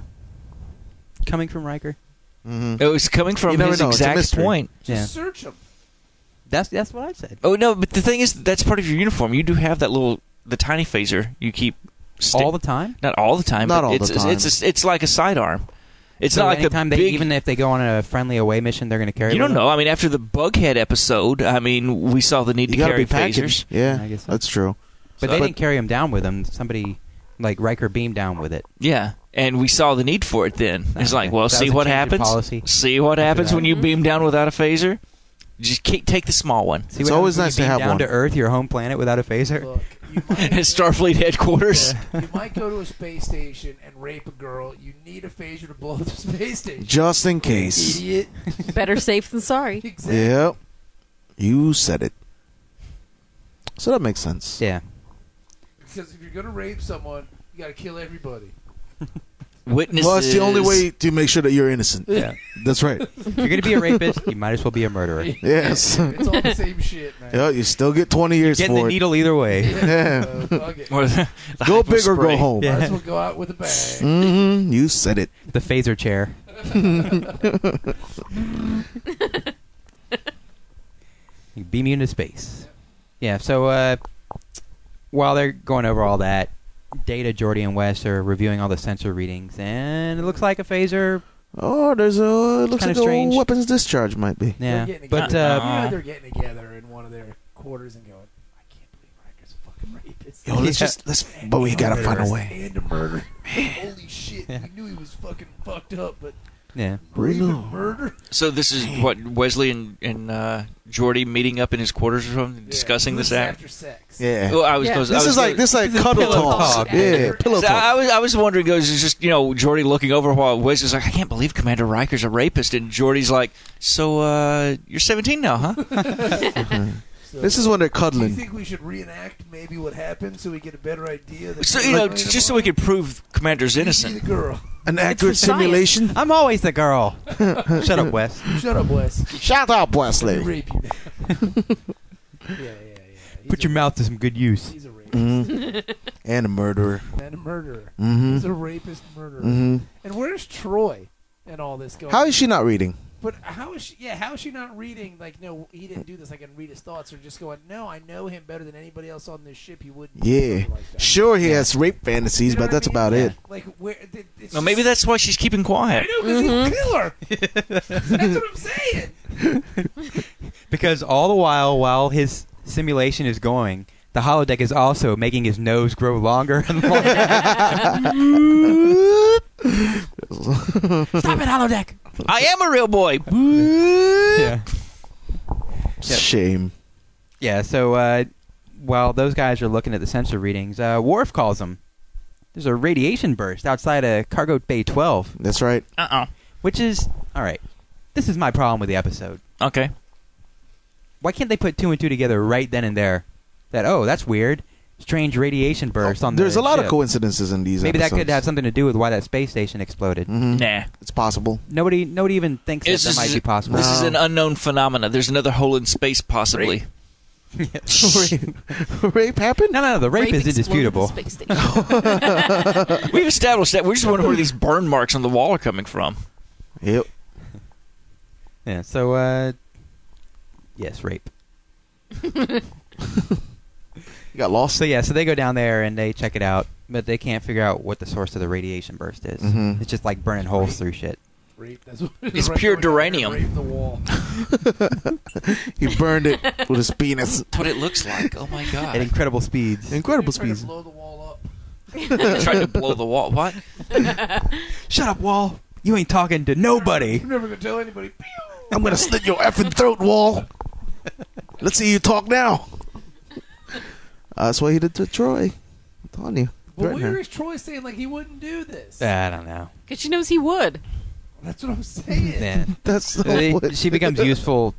S4: coming from Riker.
S2: Mhm.
S6: It was coming
S2: You
S6: from
S2: never
S6: his
S2: know, it's a
S6: exact
S2: mystery.
S6: point.
S3: just
S4: Yeah.
S3: search them
S4: That's that's what I said.
S6: Oh no, but the thing is, that's part of your uniform. You do have that little, the tiny phaser you keep. Stick-
S4: All the time.
S6: not all the time.
S2: Not
S6: but
S2: all the
S6: it's,
S2: time.
S6: It's it's, it's like a sidearm. It's
S4: so
S6: not like the
S4: anytime they
S6: big.
S4: even if they go on a friendly away mission, they're going to carry. it
S6: you don't
S4: with them?
S6: know. I mean, after the Bughead episode, I mean, we saw the need
S2: You
S6: to
S2: gotta
S6: carry
S2: be packing.
S6: phasers.
S2: Yeah.
S4: I guess so.
S2: That's true.
S4: But they
S6: But-
S4: didn't carry him down with them. Somebody like Riker beamed down with it.
S6: Yeah, and we saw the need for it. Then it's
S4: Okay.
S6: like, well,
S4: That
S6: see
S4: was a
S6: what
S4: change of
S6: happens.
S4: policy.
S6: See what happens
S4: that.
S6: when you beam down without a phaser. Just keep, take the small one.
S4: See
S2: It's
S4: what
S2: always
S4: happens
S2: nice
S4: when
S2: to
S4: you
S2: have
S4: beam down
S2: one.
S4: to Earth, your home planet, without a phaser.
S3: look you might
S6: At Starfleet headquarters.
S3: You might go to a space station and rape a girl. You need a phaser to blow up the space station.
S2: Just in case.
S3: Idiot.
S5: Better safe than sorry.
S3: Exactly.
S2: Yep. You said it. So that makes sense.
S4: Yeah.
S3: Because if you're gonna rape someone, you gotta kill everybody.
S6: Witnesses.
S2: Well, it's the only way to make sure that you're innocent.
S4: Yeah.
S2: That's right.
S4: if you're going to be a rapist, you might as well be a murderer.
S2: Yes.
S3: It's all the same shit, man.
S2: yeah, you still get 20 years
S4: Getting the
S2: for it.
S4: needle either way.
S2: Yeah.
S3: So, fuck it.
S6: Or the- the
S2: Go
S6: hypo
S2: big or
S6: spray.
S2: go home.
S4: Yeah. Mm,
S3: Might as well go out with a bang.
S2: Mm-hmm. You said it.
S4: The phaser chair. you beam you into space. Yeah, so uh, while they're going over all that, Data, Jordy, and Wes are reviewing all the sensor readings, and it looks like a phaser.
S2: Oh, there's a. It looks
S4: Kinda
S2: like a
S4: strange.
S2: weapons discharge might be.
S4: Yeah,
S3: They're getting
S4: but
S3: together.
S4: uh,
S3: you know they're getting together in one of their quarters and going, I can't believe Riker's a fucking rapist.
S2: Yo, let's
S4: Yeah.
S2: just let's. But we gotta find a way.
S3: And a murder. Holy shit. We knew he was fucking fucked up, but
S4: yeah,
S3: rape
S2: Really?
S3: and murder?
S6: So this is what Wesley and and uh, Jordy meeting up in his quarters or something,
S3: Yeah.
S6: discussing this app.
S3: after sex.
S2: Yeah.
S6: Well, I was
S5: Yeah.
S6: gonna- I
S2: this
S6: was
S2: is like
S6: gonna-
S2: this is like
S5: This is
S2: cuddle
S5: pillow
S2: talks.
S5: talk.
S2: Yeah, pillow
S6: So I
S2: talk.
S6: was I was wondering, goes it's just you know Jordy looking over while Wesley's like, I can't believe Commander Riker's a rapist, and Jordy's like, so uh, you're 17 now, huh?
S3: So-
S2: This is when they're
S3: Do you
S2: cuddling.
S3: think we should reenact maybe what happened so we get a better idea? that-
S6: So you know, t- just so we could prove Commander's
S3: You see
S6: innocent.
S3: the girl.
S2: An accurate
S5: for science.
S2: simulation.
S4: I'm always the girl. Shut up, Wes.
S3: Shut up, Wes.
S2: Shout out,
S3: Let
S2: Wesley.
S3: me rape you now. yeah, yeah, yeah. He's
S4: Put
S3: a,
S4: your mouth to some good use.
S3: He's a rapist
S2: Mhm. and a murderer.
S3: and a murderer. He's
S2: Mm-hmm.
S3: a rapist murderer.
S2: hmm
S3: And where's Troy and all this going?
S2: How
S3: on?
S2: is she not reading?
S3: But how is she? Yeah, how is she not reading? Like, no, he didn't do this. I can read his thoughts, or just going, no, I know him better than anybody else on this ship. He wouldn't. do
S2: Yeah.
S3: something Like that.
S2: Sure, he has rape fantasies,
S3: You know
S2: but
S3: what
S2: that's
S3: I mean?
S2: about
S3: Yeah.
S2: it.
S3: Like, where? Th- it's
S6: No, maybe
S3: just-
S6: that's why she's keeping quiet.
S3: I know,
S2: Mm-hmm.
S3: because he'd kill her. that's what I'm saying.
S4: Because all the while, while his simulation is going, the holodeck is also making his nose grow longer and longer.
S5: Stop it, holodeck.
S6: I am a real boy.
S4: yeah.
S2: Shame.
S4: Yeah, so uh, while those guys are looking at the sensor readings, uh, Worf calls them. There's a radiation burst outside of Cargo Bay 12,
S2: That's right.
S6: Uh
S4: which is. Alright, this is my problem with the episode.
S6: oh. Okay.
S4: Why can't they put two and two together right then and there? That, oh, that's weird. Strange radiation burst on the
S2: Oh, There's a lot of
S4: ship.
S2: coincidences in these.
S4: Maybe that
S2: episodes.
S4: could have something to do with why that space station exploded.
S2: Mhm.
S6: Nah.
S2: It's possible.
S4: Nobody, nobody even thinks that, that might be possible.
S6: This is
S2: No.
S6: an unknown phenomena. There's another hole in space, possibly.
S2: rape, rape happened?
S4: No, no, no. The rape, is
S5: exploded the
S4: indisputable.
S5: space station.
S6: We've established that. We're just wondering where these burn marks on the wall are coming from.
S2: Yep.
S4: Yeah. So, uh, yes, rape.
S2: You got lost.
S4: So yeah, so they go down there and they check it out, but they can't figure out what the source of the radiation burst is.
S2: Mhm.
S4: It's just like burning holes through shit.
S3: Rape. That's what it is.
S6: It's
S3: Right
S6: pure
S3: going down there,
S6: duranium.
S3: Rape the wall.
S2: He burned it with his penis.
S6: That's what it looks like. Oh my god!
S4: At incredible speeds.
S2: Incredible
S3: Trying
S2: speed.
S3: to blow the wall up.
S6: They tried to blow the wall. What?
S4: Shut up, Wall. You ain't talking to nobody.
S3: I'm never gonna tell anybody. Pew!
S2: I'm gonna slit your effing throat, Wall. Let's see you talk now. Uh, that's what he did to Troy. I'm telling you.
S3: But
S2: Threatened her.
S3: where is Troy saying like he wouldn't do this?
S4: I don't know.
S5: Because she knows he would.
S3: That's what I'm saying.
S4: Yeah.
S2: That's the
S4: So they-
S2: whole point.
S4: she becomes useful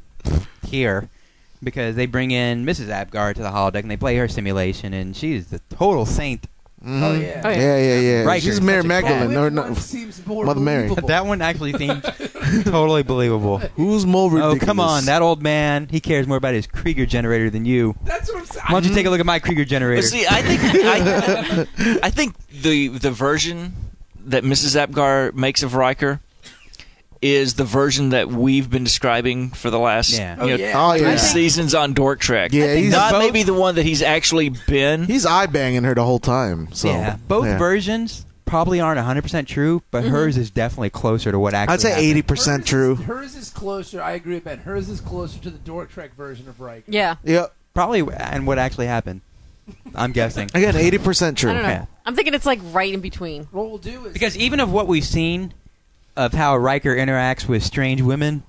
S4: here because they bring in Mrs. Abgar to the holodeck and they play her simulation, and she's the total saint.
S2: Mhm.
S3: Oh yeah.
S5: Oh, yeah.
S2: Yeah, yeah, yeah.
S4: Right,
S2: She's
S4: you're
S2: Mary
S4: such a
S2: Magdalene.
S4: cat.
S3: Which
S2: Or
S3: one
S2: not.
S3: seems more
S2: Mother Mary.
S3: believable?
S4: That one actually seems totally believable.
S2: Who's more
S4: Oh,
S2: ridiculous?
S4: come on. That old man, he cares more about his Krieger generator than you.
S3: That's what I'm saying.
S4: Why don't you take a look at my Krieger generator?
S6: But see, I think I, I think the the version that Mrs. Apgar makes of Riker is the version that we've been describing for the last
S4: Yeah.
S6: you know,
S3: Oh, yeah.
S2: Oh
S6: three
S2: yeah.
S6: seasons on Dork Trek.
S2: Yeah, he's
S6: not
S4: both-
S6: maybe the one that he's actually been.
S2: He's eye banging her the whole time. So
S4: yeah, both
S2: yeah.
S4: versions probably aren't 100% true, but hers is definitely closer to what actually
S2: I'd say
S4: happened.
S2: eighty percent
S3: Hers is-
S2: true.
S3: Hers is closer. I agree with Ben. Hers is closer to the Dork Trek version of Riker.
S5: Yeah.
S2: Yep.
S4: Probably, and what actually happened. I'm guessing.
S2: Again, eighty percent true.
S5: I don't know.
S4: Yeah.
S5: I'm thinking it's like right in between.
S3: What we'll do is
S4: Because even of what we've seen of how Riker interacts with strange women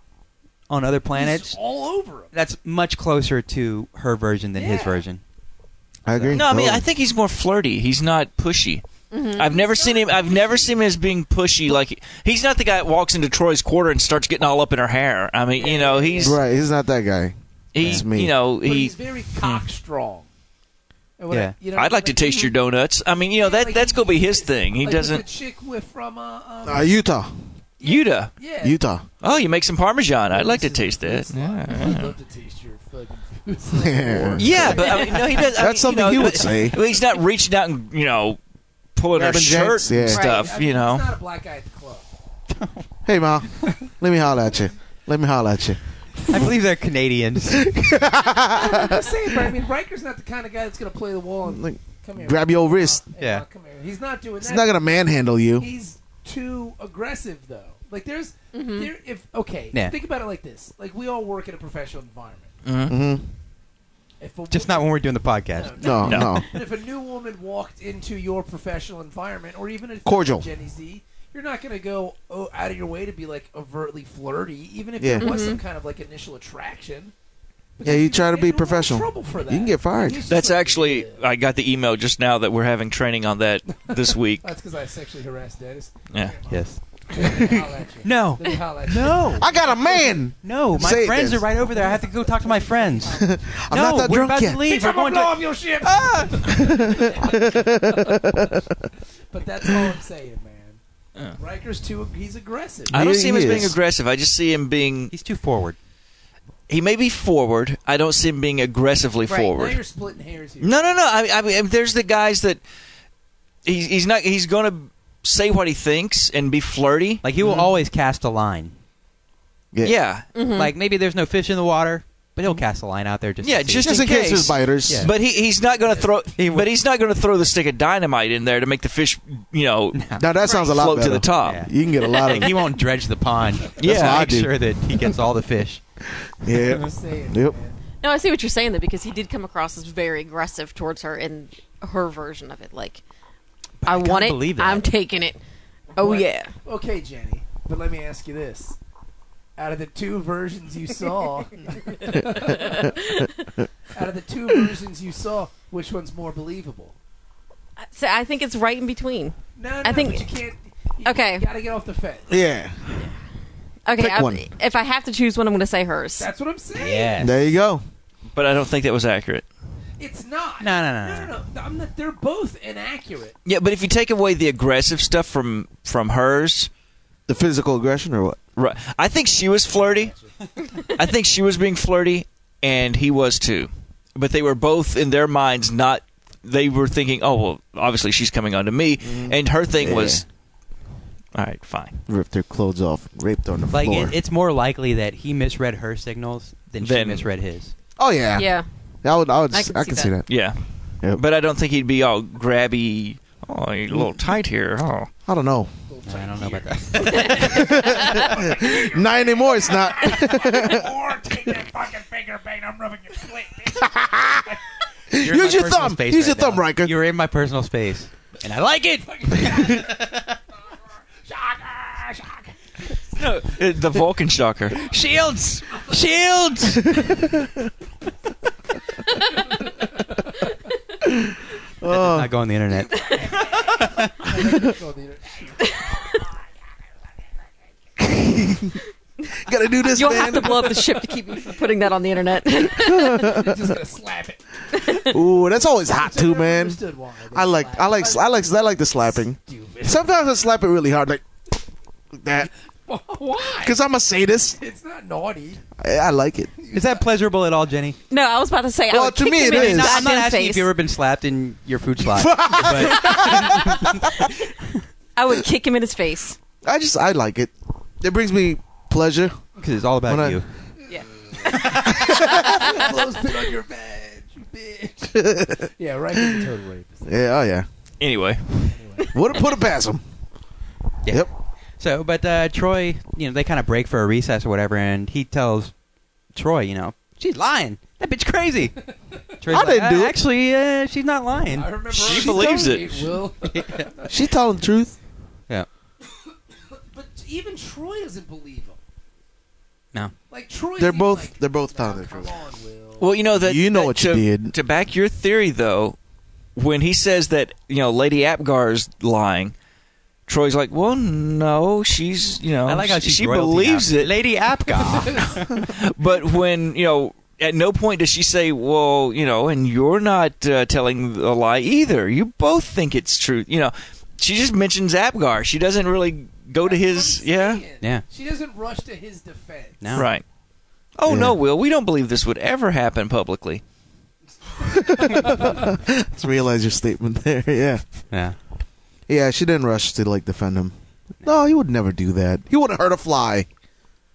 S4: on other
S3: he's
S4: planets,
S3: all over him.
S4: that's much closer to her version than his
S3: Yeah.
S4: version.
S2: I agree. Oh.
S6: No, I mean
S2: Totally.
S6: I think he's more flirty. He's not pushy. I've never seen him. I've never seen him as being pushy. Like he's not the guy that walks into Troy's quarter and starts getting all up in her hair. I mean, you know, he's
S2: right. He's not that guy.
S6: he's
S2: That's me.
S6: you know
S3: But
S6: he.
S3: he's very
S2: Hmm.
S3: cock strong. And what
S4: Yeah.
S3: I- you know,
S6: I'd like to
S3: he-
S6: taste your donuts. I mean, you know
S3: like
S6: that that's
S3: he-
S6: gonna be his thing. He
S3: like The
S6: doesn't.
S3: chick with from uh, um,
S2: Uh, Utah.
S6: Yuta.
S3: yeah.
S2: Utah.
S6: Oh, you make some parmesan. I'd like to
S3: This is-
S6: taste that.
S3: this is- I'd love to taste your fucking food. It's like,
S2: Yeah.
S6: Yeah, but I mean, no, he does. I
S2: That's
S6: mean,
S2: something
S6: you
S2: he
S6: know,
S2: would say.
S6: well, He's not reaching out and you know pulling her
S2: Grabbing
S6: shirt
S2: janks,
S6: and
S2: yeah.
S6: stuff.
S3: I mean,
S6: You know.
S3: he's not a black guy at the club.
S2: Hey, ma. let me holler at you. Let me holler at you.
S4: I believe they're Canadians.
S3: I'm just saying, but I mean, Riker's not the kind of guy that's going to play the wall and
S2: Like,
S3: come here,
S2: grab your wrist.
S3: Hey,
S4: Yeah.
S3: Ma, come here. He's not doing
S2: He's
S3: that.
S2: not gonna manhandle you.
S3: he's too aggressive though. Like there's there if okay,
S4: Yeah.
S3: think about it like this. Like we all work in a professional environment.
S2: Mm-hmm.
S3: If a
S4: Just not when we're doing the podcast.
S2: No, no.
S3: if a new woman walked into your professional environment or even a
S2: Cordial.
S3: Jenny Z, you're not going to go oh, out of your way to be like overtly flirty even if
S2: Yeah.
S3: there was some kind of like initial attraction.
S2: Yeah, you try to
S3: get
S2: be
S3: in a lot of
S2: professional.
S3: Trouble for that.
S2: You can get fired.
S3: He's just
S6: That's
S3: like,
S6: actually.
S3: "Yeah."
S6: I got the email just now that we're having training on that this week.
S3: That's because I sexually harassed Dennis.
S6: Yeah.
S4: Yes.
S3: Let me holler at you.
S4: No.
S3: Let me holler at you.
S4: No.
S2: I got a man.
S4: No. My
S2: Say it
S4: friends
S2: then.
S4: are right over there. I have to go talk to my friends.
S2: I'm
S4: no,
S2: not that
S4: we're
S2: drunk
S4: about
S2: yet.
S4: to leave.
S3: Bitch,
S4: We're
S3: I'm gonna
S4: going
S3: blow
S4: to. Ah!
S3: up your ship. but that's all I'm saying, man.
S6: Yeah.
S3: Riker's too. He's aggressive.
S6: I don't
S2: He-
S6: see him
S2: he
S6: as being
S2: is.
S6: aggressive. I just see him being.
S4: He's too forward.
S6: He may be forward. I don't see him being aggressively
S5: Right.
S3: now
S6: forward.
S3: you're splitting hairs here.
S6: No, no, no. I, I mean, there's the guys that he's, he's not. He's going to say what he thinks and be flirty.
S4: Like he will always cast a line.
S2: Yeah.
S6: yeah,
S4: Like maybe there's no fish in the water, but he'll cast a line out there Mm-hmm. just
S6: Yeah,
S4: to see.
S6: just
S2: Just in
S6: in
S2: case
S6: case.
S2: there's biters.
S4: Yeah.
S6: but he, he's not going to throw.
S4: He would-
S6: but he's not going to throw the stick of dynamite in there to make the fish, you know,
S2: Now that sounds a lot
S6: float
S2: better.
S6: to the top.
S4: Yeah.
S2: You can get a lot of
S4: Like, he won't dredge the pond.
S6: Yeah,
S4: Just
S2: I
S4: make
S2: do.
S4: sure that he gets all the fish.
S2: yeah.
S3: I'm saying,
S2: Yep.
S3: man.
S5: No, I see what you're saying though, because he did come across as very aggressive towards her in her version of it. Like, I,
S4: can't
S5: want it.
S4: believe that.
S5: I'm taking it. Oh
S3: What?
S5: yeah.
S3: Okay, Jenny. But let me ask you this: out of the two versions you saw, out of the two versions you saw, which one's more believable?
S5: So I think it's right in between.
S3: No, no,
S5: I think-
S3: but you can't. You
S5: Okay.
S3: Got to get off the fence.
S2: Yeah.
S5: Okay,
S2: Pick
S5: I,
S2: one.
S5: if I have to choose one, I'm going to say hers.
S3: That's what I'm saying.
S2: There you go.
S6: But I don't think that was accurate.
S3: It's not.
S4: No, no, no,
S3: no,
S4: no.
S3: no, no. I'm not, they're both inaccurate.
S6: Yeah, but if you take away the aggressive stuff from from hers,
S2: The physical aggression or what?
S6: right, I think she was flirty. I think she was being flirty, and he was too. but they were both in their minds not. They were thinking, oh well, obviously she's coming on to me,
S4: Mm-hmm.
S6: and her thing was, all right, fine.
S2: ripped her clothes off, raped her on the
S4: Like
S2: floor.
S4: it, it's more likely that he misread her signals than she
S6: Then-
S4: misread his.
S2: oh yeah,
S5: Yeah.
S2: I would, I would,
S5: I
S2: s-
S5: can
S2: I
S5: see
S2: can see that.
S5: that.
S6: Yeah,
S2: Yep.
S6: but I don't think he'd be all grabby. Oh,
S4: Mm-hmm.
S6: you're a little tight here. Oh,
S2: I don't know.
S4: I don't know about that.
S2: Not anymore. It's not.
S3: Or take that fucking finger, bang! I'm rubbing your clit, bitch.
S4: You're in
S2: Use
S4: my
S2: your
S4: personal
S2: thumb.
S4: space
S2: Use your
S4: now.
S2: thumb, Riker.
S4: You're in my personal space, and I like it.
S3: Shocker, shocker.
S6: no, it- Uh, the Vulcan shocker.
S4: Shields, shields.
S2: Oh,
S4: Not go on the internet.
S9: So the-
S2: gotta do this,
S5: You'll
S2: man.
S5: have to blow up the ship to keep me from putting that on the internet.
S9: just gonna slap it.
S2: Ooh, that's always hot too,
S9: Never
S2: man.
S9: understood why they
S2: I like,
S9: slapped.
S2: I like, I like, I like the slapping.
S9: Stupid.
S2: Sometimes I slap it really hard, like that,
S9: Why?
S2: because I'm a sadist.
S9: It's not naughty.
S2: I, I like it.
S4: Is that pleasurable at all, Jenny?
S5: no, I was about to say.
S2: Well,
S5: I would
S2: to
S5: kick
S2: me
S5: him
S2: it
S5: in his
S2: is.
S4: No, I'm not
S5: goddamn
S4: asking if
S5: face.
S4: you've ever been slapped in your food slot. but
S5: I would kick him in his face.
S2: I just, I like it. It brings me pleasure.
S4: because it's all about
S2: When I-
S4: you.
S5: Yeah.
S9: Clothespin on your bed, you bitch. yeah, right. He's a total rapist.
S2: Yeah, oh yeah.
S6: Anyway,
S2: Would have put it past him.
S4: Yeah.
S2: Yep.
S4: So, but uh, Troy, you know, they kind of break for a recess or whatever, and he tells Troy, you know, she's lying. That bitch crazy. Troy's
S2: I didn't do it.
S4: Actually, uh, she's not lying.
S9: I remember.
S6: She
S9: her-
S6: believes
S9: told
S6: it.
S9: me, Will.
S2: She telling the truth.
S9: but even Troy doesn't believe him.
S4: No.
S9: Like Troy.
S2: They're
S9: seems
S2: both,
S9: Like,
S2: they're both
S9: "Nah,
S2: telling the
S9: come
S2: truth.
S9: on, Will.
S6: well, you know that
S2: You know
S6: that
S2: what
S6: to,
S2: you did.
S6: To back your theory, though, when he says that you know Lady Apgar's lying, Troy's like, "Well, no, she's you know
S4: I like how
S6: she,
S4: she's
S6: she
S4: royalty
S6: believes
S4: now.
S6: it."
S4: Lady Apgar.
S6: But when you know, at no point does she say, "Well, you know," and you're not uh, telling a lie either. You both think it's true. You know, she just mentions Apgar. She doesn't really go to his.
S9: I'm
S6: Yeah,
S9: saying.
S4: Yeah.
S9: She doesn't rush to his defense.
S4: No.
S6: right. Oh
S2: Yeah.
S6: no, Will, we don't believe this would ever happen publicly.
S2: Let's realize your statement there. Yeah.
S4: Yeah.
S2: Yeah, she didn't rush to like defend him. No, he would never do that. He wouldn't hurt a fly.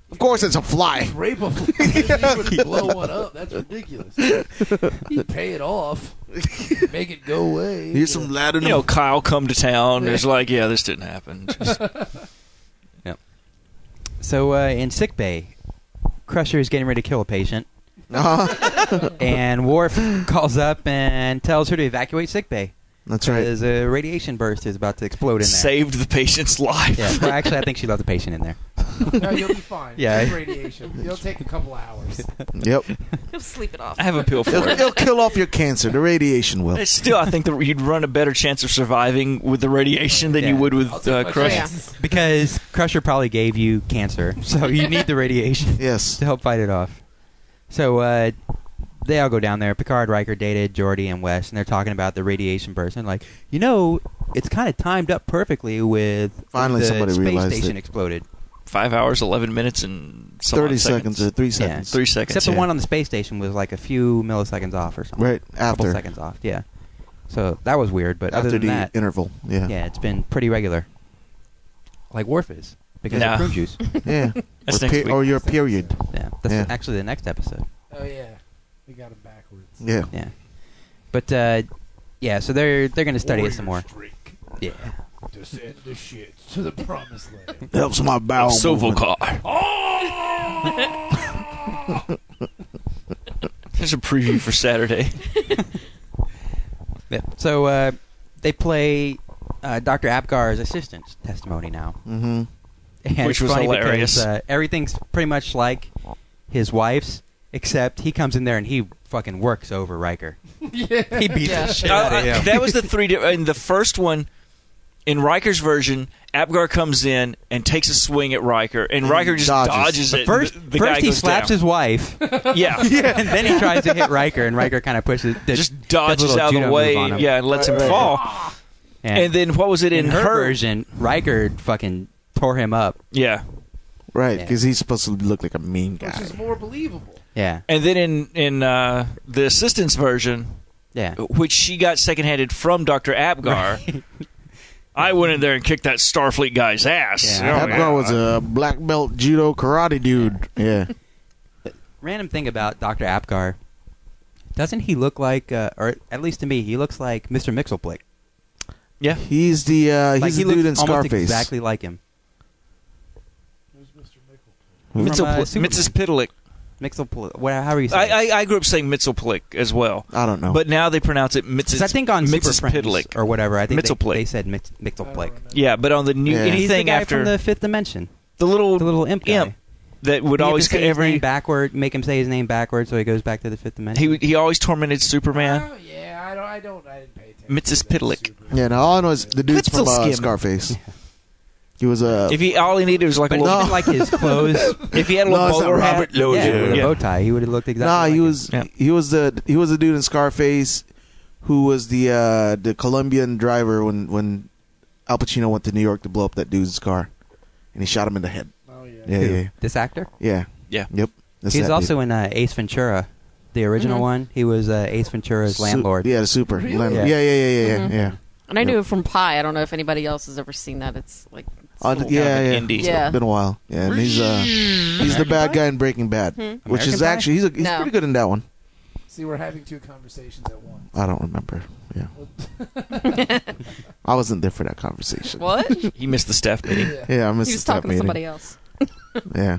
S2: Of course, it's a fly.
S9: Rape him. he would blow one up. That's ridiculous. He'd pay it off. Make it go away.
S2: Here's some ladder.
S6: You know, Kyle come to town. It's like, yeah, this didn't happen. Just-
S4: So uh, in sick bay, Crusher is getting ready to kill a patient,
S2: uh-huh.
S4: and Worf calls up and tells her to evacuate sick bay
S2: That's right.
S4: because a radiation burst is about to explode in there.
S6: saved the patient's life.
S4: Yeah. Well, actually, I think she left a patient in there.
S9: No, you'll be fine.
S4: Yeah.
S9: It's radiation. It'll take a couple hours.
S2: Yep.
S5: He'll sleep it off.
S6: I have a pill for
S2: It'll,
S6: it.
S2: it'll kill off your cancer. The radiation will.
S6: It's Still, I think that you'd run a better chance of surviving with the radiation than you
S4: Yeah.
S6: would
S9: I'll
S6: with
S9: take
S6: uh,
S9: my
S6: crush.
S9: chances.
S4: Because Crusher probably gave you cancer, so you need the radiation
S2: Yes.
S4: to help fight it off. So uh, they all go down there. Picard, Riker, Data, Geordi, and West, and they're talking about the radiation burst. And like, you know, it's kind of timed up perfectly with
S2: Finally
S4: the
S2: somebody
S4: space
S2: realized
S4: station
S2: it.
S4: exploded.
S6: Five hours, eleven minutes, and some
S2: Thirty
S6: odd
S2: seconds. or three
S4: Yeah.
S2: seconds.
S6: Three seconds.
S4: Except the
S2: yeah.
S4: one on the space station was like a few milliseconds off or something.
S2: Right
S4: couple
S2: after
S4: seconds off. Yeah. So that was weird. But
S2: after
S4: other
S2: the
S4: than that,
S2: interval. Yeah.
S4: yeah, it's been pretty regular. Like Worf is because
S6: Nah.
S4: of prune juice.
S2: Yeah.
S6: That's
S2: or,
S6: next week.
S2: or your period.
S4: Yeah, that's
S2: Yeah.
S4: actually the next episode.
S9: Oh, yeah. We got him backwards.
S2: Yeah.
S4: Yeah, but uh, yeah, so they're they're gonna study it some more.
S9: Warriors Drink.
S4: Yeah,
S9: Descend the shit to the promised land.
S2: Helps my bowel. movement.
S6: Sovokar.
S9: Oh!
S6: There's a preview for Saturday.
S4: yeah. so uh, they play uh, Doctor Apgar's assistant's testimony now,
S2: Mhm.
S4: and
S6: Which
S4: it's
S6: was
S4: funny
S6: hilarious.
S4: Because, uh, everything's pretty much like his wife's, except he comes in there and he fucking works over Riker.
S9: yeah.
S4: He beats
S5: Yeah.
S4: the shit
S6: Uh,
S4: out of
S6: uh,
S4: him.
S6: that was the three. Di- in the first one, in Riker's version, Abgar comes in and takes a swing at Riker, and Riker just
S2: dodges.
S6: dodges, it. and
S4: First,
S6: the, the
S4: first
S6: guy
S4: he
S6: goes
S4: slaps
S6: down.
S4: his wife,
S6: Yeah,
S4: and then he tries to hit Riker, and Riker kind of pushes, does- does
S6: just dodges
S4: little
S6: out of
S4: judo
S6: the
S4: move
S6: way.
S4: on him.
S6: Yeah, and lets him fall.
S4: And,
S6: And then what was it in,
S4: in, her, version, Riker fucking tore him up.
S6: Yeah,
S2: Right,
S4: Yeah.
S2: because he's supposed to look like a mean guy.
S9: Which is more believable.
S4: Yeah.
S6: And then in in uh, the assistant's version,
S4: Yeah.
S6: which she got secondhanded from Doctor Abgar, I went in there and kicked that Starfleet guy's ass.
S4: Yeah.
S6: Oh,
S2: that guy was a black belt judo karate dude. Yeah.
S4: Random thing about Dr. Apgar. Doesn't he look like, uh, or at least to me, he looks like Mr. Mixelplick.
S6: yeah.
S2: He's the uh, he's
S4: Like he
S2: the dude in
S4: looks almost
S2: Scarface.
S4: exactly like him.
S2: From,
S6: Mitzel,
S4: uh, Superman.
S6: Mrs. Pitalik.
S4: Mixelplick. What? How are you saying?
S6: I, I I grew up saying Mitzelplick as well,
S2: I don't know.
S6: but now they pronounce it Mitzel.
S4: Because I think on Super
S6: Mrs.
S4: Friends
S6: Pitalik.
S4: or whatever, I think they,
S6: Mitzelplick.
S4: they said Mix, Mixelplick.
S6: yeah, but on the new
S2: Yeah.
S6: anything
S4: He's the guy
S6: after
S4: from the Fifth Dimension,
S6: the little
S4: the little imp guy.
S6: imp that would
S4: You have to
S6: always
S4: say his
S6: every
S4: name backward, make him say his name backward, so he goes back to the Fifth Dimension.
S6: he he always tormented Superman.
S3: Oh, yeah, I don't. I don't. I didn't pay attention.
S6: Mrs.
S3: to that
S6: Pitalik.
S3: super-
S2: yeah, no, all I know is the dude's from uh,
S6: Pixel skin.
S2: Scarface. He was a.
S6: If he all he needed was like
S4: but
S6: a little,
S4: even like his clothes,
S6: if he had a little
S2: No, it's not
S6: bowler hat,
S2: Robert Lowe.
S4: yeah,
S2: yeah.
S4: with a
S6: Yeah.
S4: bow tie, he would have looked exactly.
S2: nah,
S4: like
S2: he
S4: him.
S2: was
S6: Yeah.
S2: he was the he was the dude in Scarface, who was the uh, the Colombian driver when when Al Pacino went to New York to blow up that dude's car, and he shot him in the head.
S3: Oh yeah.
S2: Yeah, yeah, yeah.
S4: This actor.
S6: Yeah.
S2: Yep. That's
S4: He's
S2: that
S4: also
S2: dude.
S4: in uh, Ace Ventura, the original
S5: Mhm.
S4: one. He was uh, Ace Ventura's
S2: Su-
S4: landlord.
S2: yeah, the super.
S3: Really?
S2: Landlord. Yeah, yeah, yeah, yeah, yeah.
S5: Mhm.
S2: yeah.
S5: And I
S2: Yep.
S5: knew it from Pie. I don't know if anybody else has ever seen that. It's like. it's
S2: Oh,
S5: little-
S2: yeah, yeah.
S6: indie.
S5: Yeah.
S2: Been a while. Yeah, and he's uh, he's the bad guy in Breaking Bad,
S5: Hmm.
S2: which
S4: American
S2: is
S4: Pie?
S2: actually he's a, he's
S5: No.
S2: pretty good in that one.
S3: See, we're having two conversations at once.
S2: I don't remember. Yeah, I wasn't there for that conversation.
S5: What? you
S6: He missed the staff meeting.
S3: Yeah.
S2: Yeah, I missed
S5: he was
S2: that
S5: talking to
S2: meeting.
S5: somebody else.
S2: Yeah,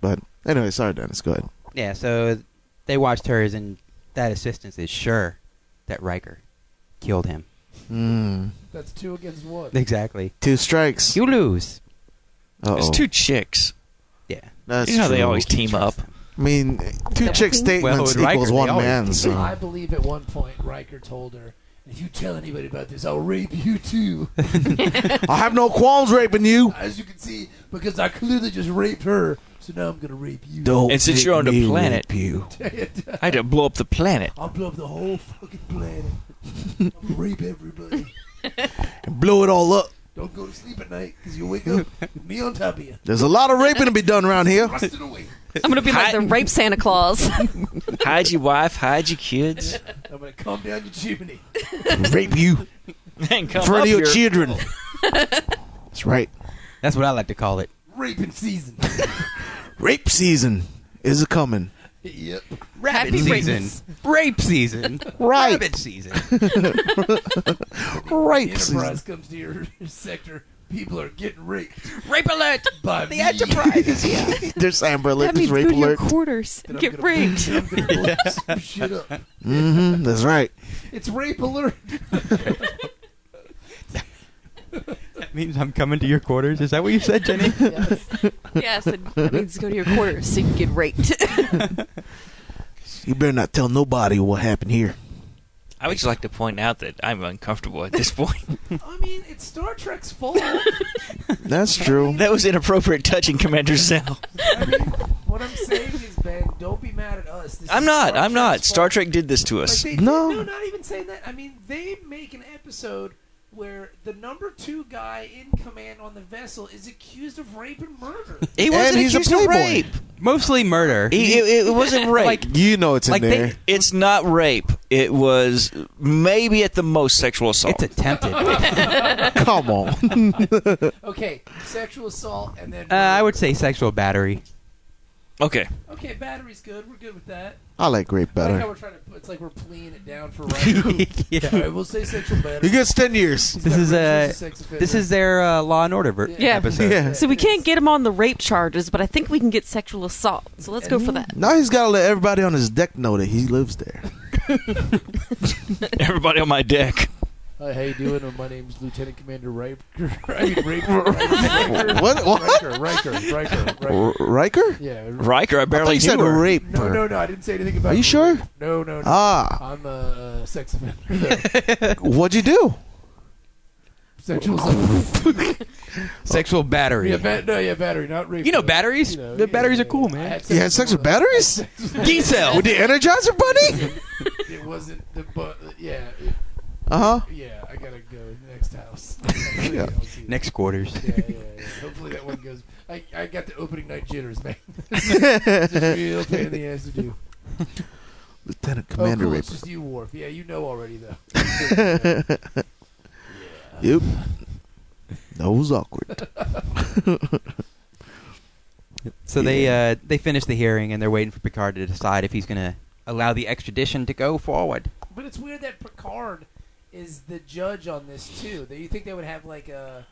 S2: but anyway, sorry, Dennis. Go ahead.
S4: Yeah, so they watched hers, and that assistance is sure that Riker killed him.
S6: Hmm.
S2: Mm.
S3: That's two against one.
S4: Exactly.
S2: Two strikes.
S4: You lose.
S2: Uh-oh.
S6: It's two chicks.
S4: Yeah.
S2: That's
S6: you know how they
S2: true.
S6: always team up.
S2: I mean, two chick
S4: Well,
S2: statements
S4: with Riker,
S2: equals
S4: they
S2: one
S4: always
S2: man.
S4: team
S2: So
S3: I believe at one point Riker told her, "If you tell anybody about this, I'll rape you too."
S2: I have no qualms raping you.
S3: As you can see, because I clearly just raped her, so now I'm gonna rape you.
S2: Don't.
S6: And since
S2: make
S6: you're on the
S2: me
S6: planet-
S2: rape you.
S6: I had to blow up the planet.
S3: I'll blow up the whole fucking planet. I'm gonna rape everybody.
S2: and blow it all up.
S3: Don't go to sleep at night, because you'll wake up with me on top of you.
S2: There's a lot of raping to be done around here.
S3: Rusted away.
S5: I'm gonna be like the rape Santa Claus.
S6: hide your wife, hide your kids,
S3: I'm gonna come down your chimney.
S2: rape you
S6: and
S2: in
S6: come
S2: front
S6: up
S2: of your
S6: here.
S2: children. That's right.
S4: That's what I like to call it.
S3: Raping season.
S2: Rape season is a coming.
S3: yep.
S4: Rabbit
S5: Happy
S4: season.
S5: rapes.
S4: Rape season.
S2: Right.
S4: Rabbit season.
S2: Rape season.
S3: Enterprise comes to your sector. People are getting raped
S4: Rape alert.
S3: by me.
S4: Enterprise.
S2: There's Amber Alert.
S5: that
S2: There's
S5: means
S2: rape
S5: go to your
S2: alert.
S5: quarters
S3: And
S5: and
S3: I'm
S5: get
S3: gonna-
S5: raped.
S3: and I'm gonna blow some shit up.
S2: Mm-hmm. That's right.
S3: It's rape alert.
S4: that means I'm coming to your quarters. Is that what you said, Jenny?
S3: Yes.
S5: yes, and that means go to your quarters so you can get raped.
S2: You better not tell nobody what happened here.
S6: I would just like to point out that I'm uncomfortable at this point.
S3: I mean, it's Star Trek's fault.
S2: That's true.
S6: that was inappropriate touching Commander Zell.
S3: I mean, what I'm saying is, Ben, don't be mad at us. This
S6: I'm
S3: is
S6: not.
S3: Star
S6: I'm not.
S3: Trek's
S6: Star
S3: fault.
S6: Trek did this to us.
S3: Like they,
S2: No.
S3: no. not even saying that. I mean, they make an episode where the number two guy in command on the vessel is accused of rape and murder.
S6: He wasn't
S2: And he's a
S6: accused of
S2: playboy.
S6: rape.
S4: Mostly murder.
S6: He, it, it wasn't rape.
S2: You know it's in
S4: Like they-
S2: there.
S6: it's not rape. It was maybe at the most sexual assault.
S4: it's attempted. uh,
S2: Come on.
S3: okay, sexual assault and then.
S4: Uh, I would say sexual battery.
S6: okay.
S3: Okay, battery's good. We're good with that.
S2: I like rape
S3: I like how
S2: better.
S3: we're trying to. It's like we're pleading it down for right. All
S4: yeah.
S3: right, we'll say sexual
S2: He
S3: battery.
S2: gets ten years.
S3: He's
S4: This
S3: got
S4: is,
S3: rape as
S4: uh,
S3: sex offender.
S4: This is their uh, Law and Order ver-
S5: Yeah.
S4: episode.
S2: Yeah.
S5: so we can't get him on the rape charges, but I think we can get sexual assault. So let's go for that.
S2: Now he's got to let everybody on his deck know that he lives there.
S6: Everybody on my deck.
S3: Hi, how you doing? Oh, my name's Lieutenant Commander Riker. I mean, Riker. Riker.
S2: What? What?
S3: Riker. Riker. Riker. Riker.
S2: R- Riker?
S3: Yeah.
S6: Riker, I
S2: I thought
S6: barely
S2: you said
S6: knew her.
S2: rape.
S3: No, no, no. I didn't say anything about.
S2: Are you sure?
S3: No, no, no.
S2: Ah,
S3: I'm a sex offender.
S2: what'd you do?
S3: Sexual assault.
S4: Sexual battery.
S3: yeah, ba- no, yeah, battery, not rape.
S4: You know
S3: though.
S4: batteries?
S3: You know,
S4: the
S3: yeah,
S4: batteries
S3: yeah,
S4: are cool,
S3: yeah. I
S4: man.
S3: had
S2: You had sex with
S3: a-
S2: batteries?
S4: D cell.
S2: With the Energizer Bunny?
S3: It wasn't the but. Yeah, it-
S2: Uh huh.
S3: yeah. I gotta go. next house.
S2: Yeah.
S3: I'll see you.
S4: Next quarters.
S3: Yeah, yeah, yeah. Hopefully that one goes. I, I got the opening night jitters, man. It's a real pain in the ass to do.
S2: Lieutenant
S3: oh,
S2: Commander
S3: cool,
S2: Raper.
S3: it's just you, Worf. Yeah, you know already though.
S2: Yep. That was awkward.
S4: So they uh, they finish the hearing and they're waiting for Picard to decide if he's going to allow the extradition to go forward.
S3: But it's weird that Picard is the judge on this too. That you think they would have like a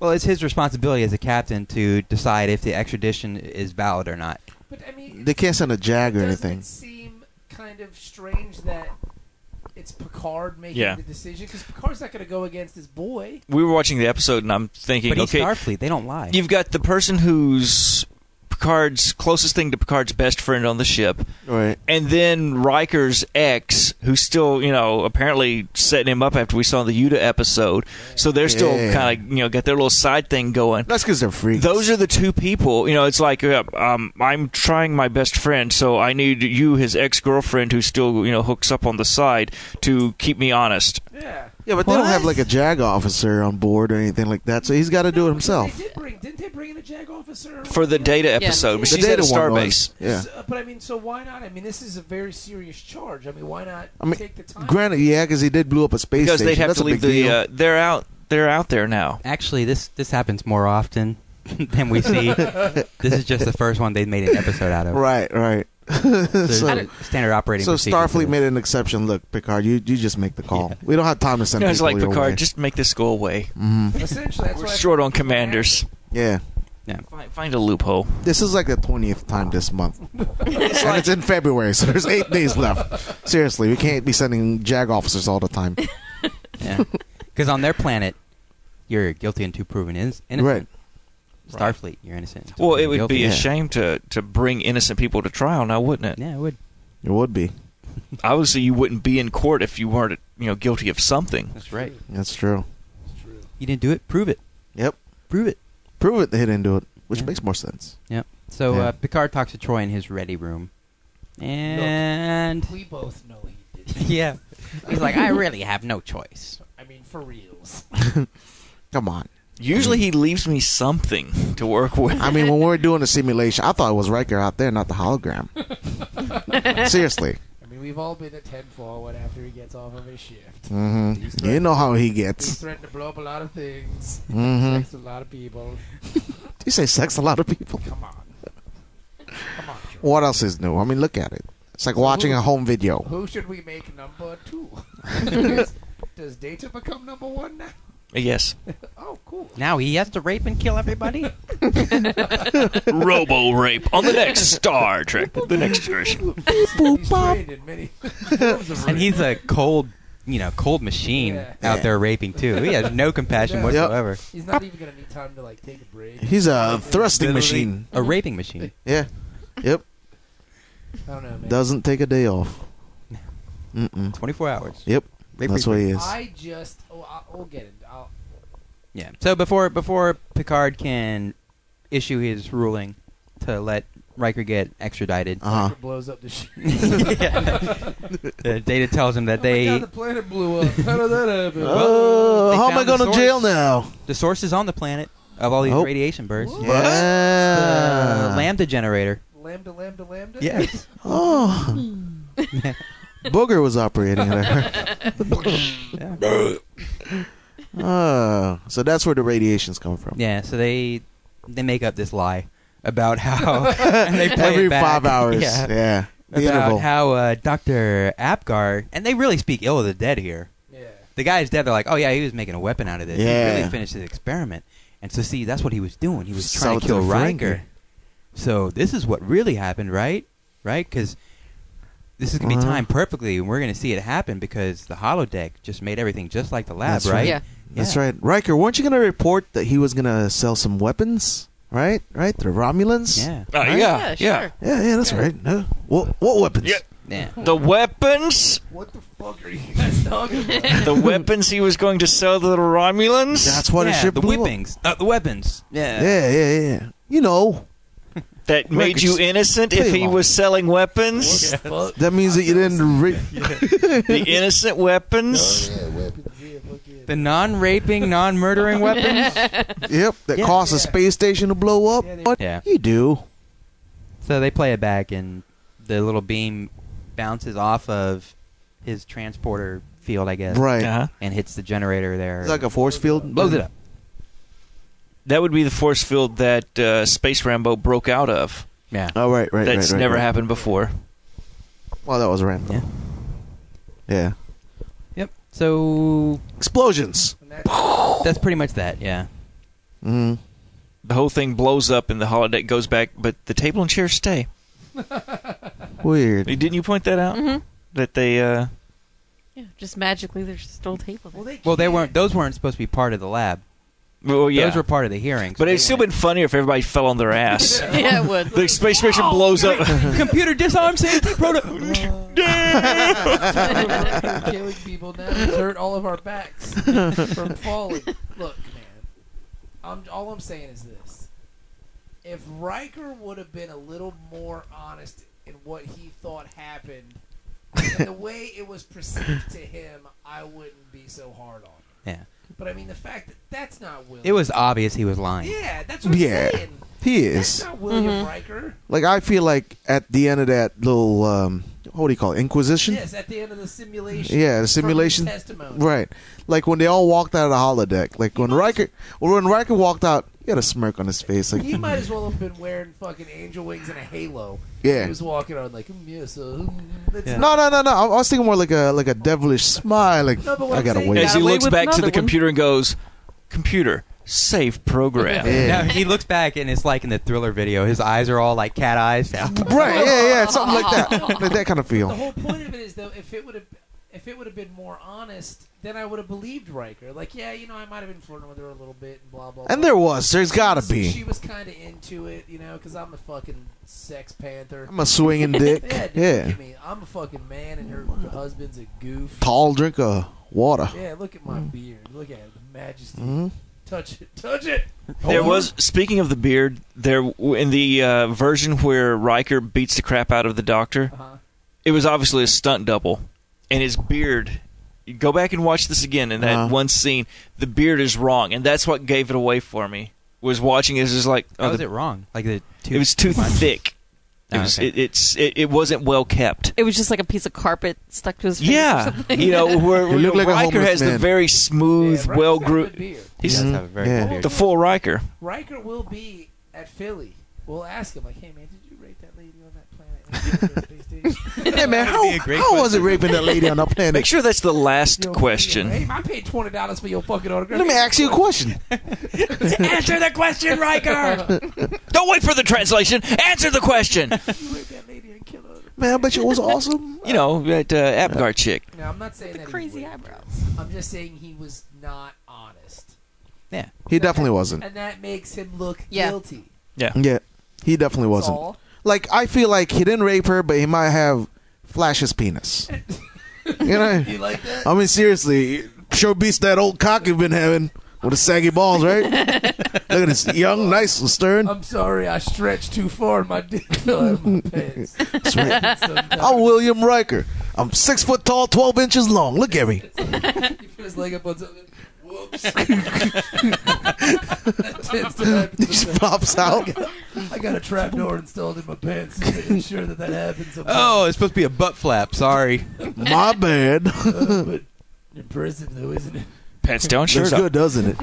S4: Well, it's his responsibility as a captain to decide if the extradition is valid or not.
S3: But I mean,
S2: They can't send a jag or
S3: doesn't
S2: anything.
S3: it seem kind of strange that it's Picard making
S6: Yeah.
S3: the decision? Because Picard's not going to go against his boy.
S6: We were watching the episode, and I'm thinking,
S4: But he's
S6: okay,
S4: Starfleet; they don't lie.
S6: you've got the person who's Picard's closest thing to Picard's best friend on the ship,
S2: Right.
S6: and then Riker's ex, who's still, you know, apparently setting him up after we saw the Yuta episode. So they're still
S2: Yeah.
S6: kind of, you know, got their little side thing going.
S2: That's because they're freaks.
S6: Those are the two people. You know, it's like uh, um, I'm trying my best friend, so I need you, his ex girlfriend, who still you know hooks up on the side, to keep me honest.
S3: Yeah.
S2: yeah, but they don't have like a jag officer on board or anything like that, so he's got to do it himself.
S3: They did bring, didn't they bring in a JAG officer?
S6: For the data episode, but
S5: The
S6: she's at a
S2: one was-
S6: starbase.
S2: Yeah.
S3: So- but I mean, so why not? I mean, this is a very serious charge. I mean, why not
S2: I mean,
S3: take the time?
S2: Granted, yeah, because he did blow up a space
S6: because
S2: station.
S6: they'd have
S2: That's
S6: to
S2: a big
S6: leave the.
S2: deal.
S6: Uh, they're out. They're out there now.
S4: Actually, this this happens more often than we see. this is just the first one they made an episode out of.
S2: right, right.
S4: There's
S2: so,
S4: standard operating.
S2: so
S4: procedure for
S2: Starfleet
S4: this.
S2: made an exception. Look, Picard, you, you just make the call. We don't have time to send
S6: You know, it's
S2: people
S6: like
S2: your
S6: Picard.
S2: way.
S6: Just make this go away.
S2: Mhm.
S3: Essentially, that's
S6: We're
S3: why I-
S6: short on commanders.
S2: Yeah,
S6: Find, find a loophole.
S2: this is like the twentieth time this month, and it's in February, so there's eight days left. Seriously, we can't be sending jag officers all the time.
S4: Because on their planet, you're guilty until proven in-
S2: Right.
S4: innocent. Starfleet, you're innocent. until
S6: Well, it
S4: proven
S6: would be
S4: guilty.
S6: a shame to to bring innocent people to trial now, wouldn't it?
S4: Yeah, it would.
S2: It would be.
S6: Obviously, you wouldn't be in court if you weren't you know guilty of something.
S4: That's right.
S2: That's true.
S3: It's true.
S4: You didn't do it. Prove it.
S2: Yep.
S4: Prove it.
S2: Prove it. They didn't do it, which
S4: Yeah.
S2: makes more sense.
S4: So
S2: Yeah.
S4: uh, Picard talks to Troy in his ready room, and
S3: We both know he did.
S4: yeah, he's like, "I really have no choice."
S3: I mean, for reals.
S2: Come on. Mm-hmm.
S6: Usually, he leaves me something to work with.
S2: I mean, when we were doing the simulation, I thought it was Riker out there, not the hologram. Seriously.
S3: I mean, we've all been at Tenfall when after he gets off of his shift.
S2: hmm You know how he
S3: He's
S2: gets.
S3: threatened to blow up a lot of things.
S2: Mhm.
S3: Sex a lot of people.
S2: You say sex a lot of people.
S3: Come on. Come on, George.
S2: What else is new? I mean, look at it. It's like watching a home video.
S3: Who should we make number two? does, does Data become number one now?
S6: Yes,
S3: Oh, cool.
S4: Now he has to rape and kill everybody.
S6: Robo rape on the next Star Trek, the next version.
S3: He's trained in many. forms of
S4: and
S3: rape.
S4: he's a cold, you know, cold machine
S3: Yeah.
S4: out there raping too. He has no compassion
S3: Yeah.
S4: whatsoever.
S3: he's not even gonna need time to like take a break.
S2: He's a thrusting
S4: Literally
S2: machine.
S4: A raping machine.
S2: Yeah. Yep.
S3: I don't know, man.
S2: Doesn't take a day off. Mm-mm.
S4: 24 hours.
S2: Yep.
S4: Rape,
S2: That's
S4: rape,
S2: what
S4: rape.
S2: he is.
S3: I just, oh, I, we'll get it. I'll,
S4: Yeah. So before before Picard can issue his ruling to let Riker get extradited,
S2: Uh huh.
S3: It blows up the ship.
S4: Yeah. Uh, Data tells him that
S3: Oh my
S4: they
S3: God, the planet blew up. How did that happen?
S2: Oh,
S4: they
S2: how am I
S4: found the
S2: going to
S4: source.
S2: jail now?
S4: the source is on the planet of all these
S2: Oh.
S4: radiation bursts. The
S2: Yeah.
S4: lambda generator.
S3: Lambda, lambda, lambda.
S4: Yes.
S2: Oh. Booger was operating there.
S4: yeah.
S2: Oh. So that's where the radiation's coming from.
S4: Yeah, so they they make up this lie about how and they play
S2: Every
S4: it back.
S2: five hours.
S4: Yeah.
S2: Yeah. The
S4: about
S2: interval.
S4: how uh, Doctor Apgar and they really speak ill of the dead here.
S3: Yeah.
S4: The guy is dead. They're like, oh yeah, he was making a weapon out of this.
S2: Yeah.
S4: He really finished his experiment. And so see, that's what he was doing. He was
S2: Sell
S4: trying
S2: it
S4: to
S2: to
S4: kill
S2: the
S4: Riker.
S2: Ferengi.
S4: So this is what really happened, right? Right? Because this is gonna be
S2: Uh-huh.
S4: timed perfectly, and we're gonna see it happen because the holodeck just made everything just like the lab,
S2: That's right.
S5: Yeah.
S2: That's
S4: Yeah.
S2: right. Riker, weren't you going to report that he was going to sell some weapons? Right? Right? The Romulans?
S4: Yeah.
S6: Uh,
S5: Yeah,
S6: yeah, yeah.
S5: sure.
S2: Yeah, yeah, that's right. No. What, what weapons?
S6: Yeah.
S4: Yeah.
S6: The weapons,
S3: What the fuck are you guys talking about?
S6: the weapons he was going to sell to the Romulans.
S2: That's what it
S4: yeah,
S2: should
S4: the
S2: blew up.
S4: whippings, uh, the weapons. Yeah.
S2: Yeah, yeah, yeah. You know,
S6: that made
S2: Riker's-
S6: you innocent if
S2: Play
S6: he
S2: along.
S6: was selling
S3: What
S6: weapons.
S3: the fuck?
S2: that means that you didn't. Re-
S6: the innocent weapons.
S3: Oh, Yeah, weapons. Yeah, fuck yeah.
S4: the non-raping, non-murdering weapons.
S2: Yep, that
S4: Yeah.
S2: caused a space station to blow up.
S3: Yeah, they-
S2: what
S4: Yeah.
S2: you do?
S4: So they play it back, and the little beam bounces off of his transporter field, I guess,
S2: Right.
S6: Uh-huh.
S4: and hits the generator there.
S2: It's like a force field.
S4: blows it up.
S6: That would be the force field that uh, Space Rambo broke out of.
S4: Yeah.
S2: Oh right, right,
S6: That's
S2: right, right,
S6: never
S2: right.
S6: happened before.
S2: Well, that was Rambo.
S4: Yeah.
S2: Yeah.
S4: Yep. So
S2: Explosions.
S3: And that-
S4: that's pretty much that. Yeah.
S2: hmm
S6: The whole thing blows up and the holodeck goes back, but the table and chairs stay.
S2: Weird.
S6: Didn't you point that
S3: Mm-hmm.
S6: out?
S5: Mhm.
S6: That they uh,
S5: Yeah, just magically there's still table
S3: well,
S5: there.
S3: they
S4: Well, they
S3: can't.
S4: weren't. Those weren't supposed to be part of the lab.
S6: well, yeah.
S4: Those were part of the hearings.
S6: but it'd still been funnier if everybody fell on their ass.
S5: yeah, it would.
S6: the space station blows up.
S4: computer disarm safety protocol.
S3: We're killing people now. It's hurt all of our backs from falling. Look, man. I'm, all I'm saying is this: if Riker would have been a little more honest in what he thought happened, and the way it was perceived to him, I wouldn't be so hard on. him.
S4: Yeah.
S3: But I mean, the fact that that's not William.
S4: It was obvious he was lying.
S3: Yeah, that's what I'm
S2: Yeah.
S3: saying.
S2: He
S3: That's
S2: is.
S3: not William Riker.
S2: Like I feel like at the end of that little um, what do you call it? Inquisition.
S3: Yes, at the end of the simulation.
S2: Yeah, the
S3: from
S2: simulation.
S3: his testimony.
S2: Right. Like when they all walked out of the holodeck. Like when Riker well, when Riker walked out, he had a smirk on his face. Like
S3: He might as well have been wearing fucking angel wings and a halo.
S2: Yeah.
S3: He was walking on like, mm, yes, uh, mm, that's
S4: Yeah.
S2: No no no no. I I was thinking more like a like a devilish smile, like
S3: No, but what
S2: I
S3: I'm
S2: gotta
S3: saying
S2: wait.
S6: As he
S5: Got away
S6: looks
S5: with
S6: back to
S5: another
S6: the
S5: one.
S6: computer and goes, "Computer, save program."
S4: Now
S2: Yeah.
S4: he looks back and it's like in the thriller video. His eyes are all like cat eyes. now.
S2: Right, yeah, yeah, something like that. Like that kind of
S3: The
S2: feel.
S3: whole point of it is though, if it would have, if it would have been more honest, then I would have believed Riker. Like, yeah, you know, I might have been flirting with her a little bit and blah blah.
S2: And
S3: blah.
S2: there was. There's gotta
S3: She
S2: be.
S3: was kind of into it, you know, because I'm a fucking sex panther.
S2: I'm a swinging dick.
S3: Yeah, dude,
S2: Yeah.
S3: Give me, I'm a fucking man, and her husband's a goof.
S2: Tall Mm. drink of water.
S3: Yeah, look at my beard. Look at it, the majesty.
S2: Mhm.
S3: Touch it, touch it.
S6: There was speaking of the beard. There in the uh, version where Riker beats the crap out of the Doctor,
S3: Uh-huh.
S6: it was obviously a stunt double, and his beard. you Go back and watch this again in that
S2: Uh-huh.
S6: one scene. The beard is wrong, and that's what gave it away for me. Was watching it, it was just like oh,
S4: How was
S6: the-
S4: it wrong? Like the two,
S6: it was too thick. It
S4: Oh,
S6: was
S4: okay.
S6: it, it's it, it wasn't well kept.
S5: It was just like a piece of carpet stuck to his face. Or
S6: Yeah,
S5: something.
S6: you know where
S2: He looked like a
S6: Riker
S2: homeless
S6: has the
S2: man.
S6: very smooth,
S3: Yeah, Riker's got
S6: well
S3: a good
S6: groomed.
S3: beard.
S4: He does
S2: Mhm.
S4: have a very
S2: Yeah.
S4: good beard.
S6: The full Riker.
S3: Riker will be at Philly. We'll ask him, like, hey, man, did you rape that lady on that planet? Did you rape that
S2: Yeah, man, how,
S4: be a great
S2: how was it raping that lady on the
S6: Make
S2: planet?
S6: sure that's the last
S3: station?"
S6: question.
S3: Hey, I paid $20 for your fucking autograph.
S2: Let me ask you a question.
S6: Answer the question, Riker. Don't wait for the translation. Answer the question.
S3: you rape that lady and kill her.
S2: Man, I bet you it was awesome.
S6: You know that uh, Apgar chick.
S3: Now, I'm not saying
S5: The
S3: that he
S5: crazy
S3: would.
S5: eyebrows.
S3: I'm just saying he was not honest.
S2: He definitely wasn't.
S3: And that makes him look
S5: Yeah.
S3: guilty.
S2: Yeah, he definitely
S3: That's
S2: wasn't.
S3: all.
S2: Like I feel like he didn't rape her, but he might have flashed his penis. You know,
S3: You like that?
S2: I mean, seriously, sure beats that old cock you've been having with the saggy balls, right? Look at this young, nice and stern.
S3: I'm sorry, I stretched too far and my dick fell out of my pants.
S2: Sweet.
S3: Sometimes
S2: I'm William Riker. I'm six foot tall, twelve inches long. Look at me.
S3: he put his leg up on something. Whoops. that tends to happen.
S2: He just pops out.
S3: I got a trapdoor installed in my pants to ensure that that happens. sometimes.
S4: Oh, it's supposed to be a butt flap. Sorry.
S2: My bad.
S3: Uh, but impressive though, isn't it?
S6: Pants down,
S2: Looks
S6: shirt up.
S2: good, doesn't it?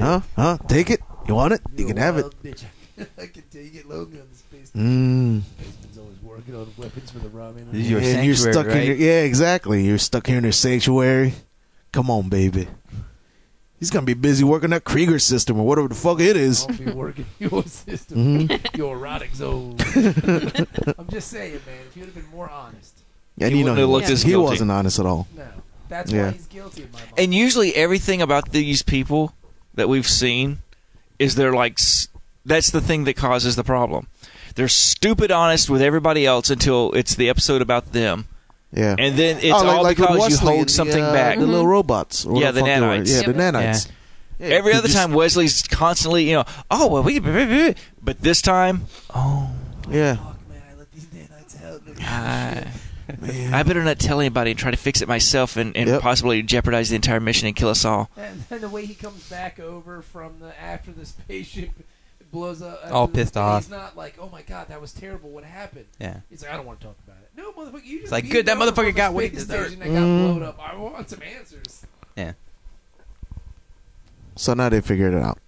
S2: Huh? Huh? Take it. You want it? You can have it.
S3: Bitch. I can tell you get lonely on the space.
S2: Mm.
S3: He's always working on weapons for the raw man.
S4: This is your
S2: and you're
S4: sanctuary,
S2: stuck in
S4: right?
S2: your, yeah, exactly. You're stuck here in your sanctuary. Come on, baby. He's gonna be busy working that Krieger system or whatever the fuck it is.
S3: I'll be working your system,
S2: Mhm.
S3: your erotic zone. I'm just saying, man. If you'd have been more honest,
S2: And
S6: He
S2: you know
S6: wouldn't have looked
S5: Yeah.
S6: as
S2: he
S6: guilty.
S2: wasn't honest at all.
S3: no, that's
S2: Yeah.
S3: why he's guilty in my mind.
S6: And usually, everything about these people that we've seen is they're like s- that's the thing that causes the problem. They're stupid honest with everybody else until it's the episode about them,
S2: Yeah.
S6: and then it's
S2: Oh,
S6: all
S2: with
S6: because you
S2: Wesley
S6: hold
S2: and the,
S6: something
S2: uh,
S6: back.
S2: The
S6: Mm-hmm.
S2: little robots. or
S6: Yeah,
S2: whatever
S6: the
S2: fuck they were.
S6: nanites.
S2: Yeah, the
S5: Yep.
S2: nanites. Yeah,
S6: Every
S2: you
S6: other
S2: just-
S6: time, Wesley's constantly, you know, oh well, we, but this time, oh,
S2: Yeah.
S3: Fuck, man, I let these nanites out.
S6: I-
S2: Man.
S6: I better not tell anybody and try to fix it myself and, and
S2: Yep.
S6: possibly jeopardize the entire mission and kill us all.
S3: And then the way he comes back over from the after the spaceship blows up,
S4: All
S3: after the-
S4: pissed off.
S3: He's not like, "Oh my god, that was terrible. What happened?"
S4: Yeah.
S3: He's like, "I don't want to talk about it." No, motherfucker, you just
S4: like,
S3: beat
S4: good, that
S3: me over
S4: motherfucker
S3: from
S4: got
S3: a
S4: what he
S3: space
S4: deserved.
S3: station That got
S2: Mm.
S3: blown up. I want some answers.
S2: So now they figured it out.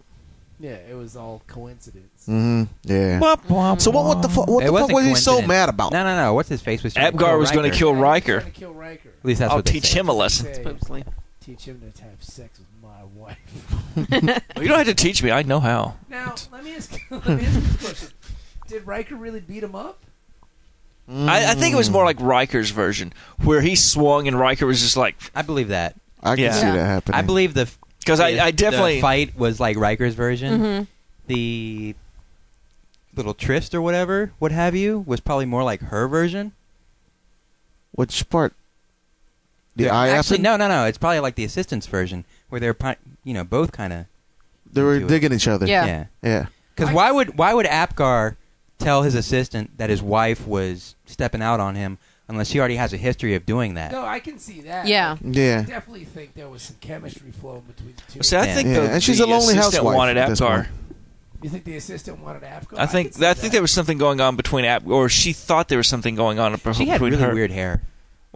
S3: Yeah, it was all coincidence.
S2: Mm-hmm. Yeah.
S4: So
S2: So what? What the fuck? What
S4: It
S2: the
S4: wasn't
S2: fuck was he so
S4: coincidence.
S2: mad about?
S4: No, no, no. What's his face was trying to
S6: Abgar was going
S4: Riker.
S6: to kill
S3: Trying
S6: Riker.
S3: to kill Riker.
S4: At least that's
S6: I'll
S4: what they
S6: teach
S4: say.
S6: him a lesson.
S3: Say,
S5: Supposedly.
S3: Teach him to have sex with my wife.
S6: Well, you don't have to teach me. I know how.
S3: Now, let me ask, let me ask you this question: Did Riker really beat him up?
S6: I, I think it was
S4: Mm.
S6: more like Riker's version, where he swung and Riker was just like,
S4: I believe that.
S2: Mm-hmm. I can
S6: Yeah.
S2: see
S5: Yeah.
S2: that happening.
S4: I believe the
S6: because I, I
S4: the
S6: definitely
S4: fight was like Riker's version.
S5: Mhm.
S4: The little tryst or whatever, what have you, was probably more like her version.
S2: Which part? The
S4: Yeah,
S2: eye
S4: Actually,
S2: acid?
S4: no, no, no. It's probably like the assistant's version where they're, pri- you know, both kind of.
S2: They were
S4: Do it.
S2: digging each other.
S5: Yeah.
S4: Yeah.
S2: Yeah.
S4: Because why would why would Apgar tell his assistant that his wife was stepping out on him unless she already has a history of doing that?
S3: No, I can see that.
S5: Yeah.
S3: I
S2: Yeah.
S3: definitely think there was some chemistry flowing between the two.
S6: See, I think
S2: Yeah,
S6: the,
S2: and she's
S6: the
S2: a lonely
S6: assistant
S2: housewife
S6: wanted
S2: at this
S6: Apgar.
S2: point.
S3: you think the assistant wanted Afghan?
S6: I think I think there was something going on between Ab, or she thought there was something going on between
S4: She had really
S6: her.
S4: weird hair.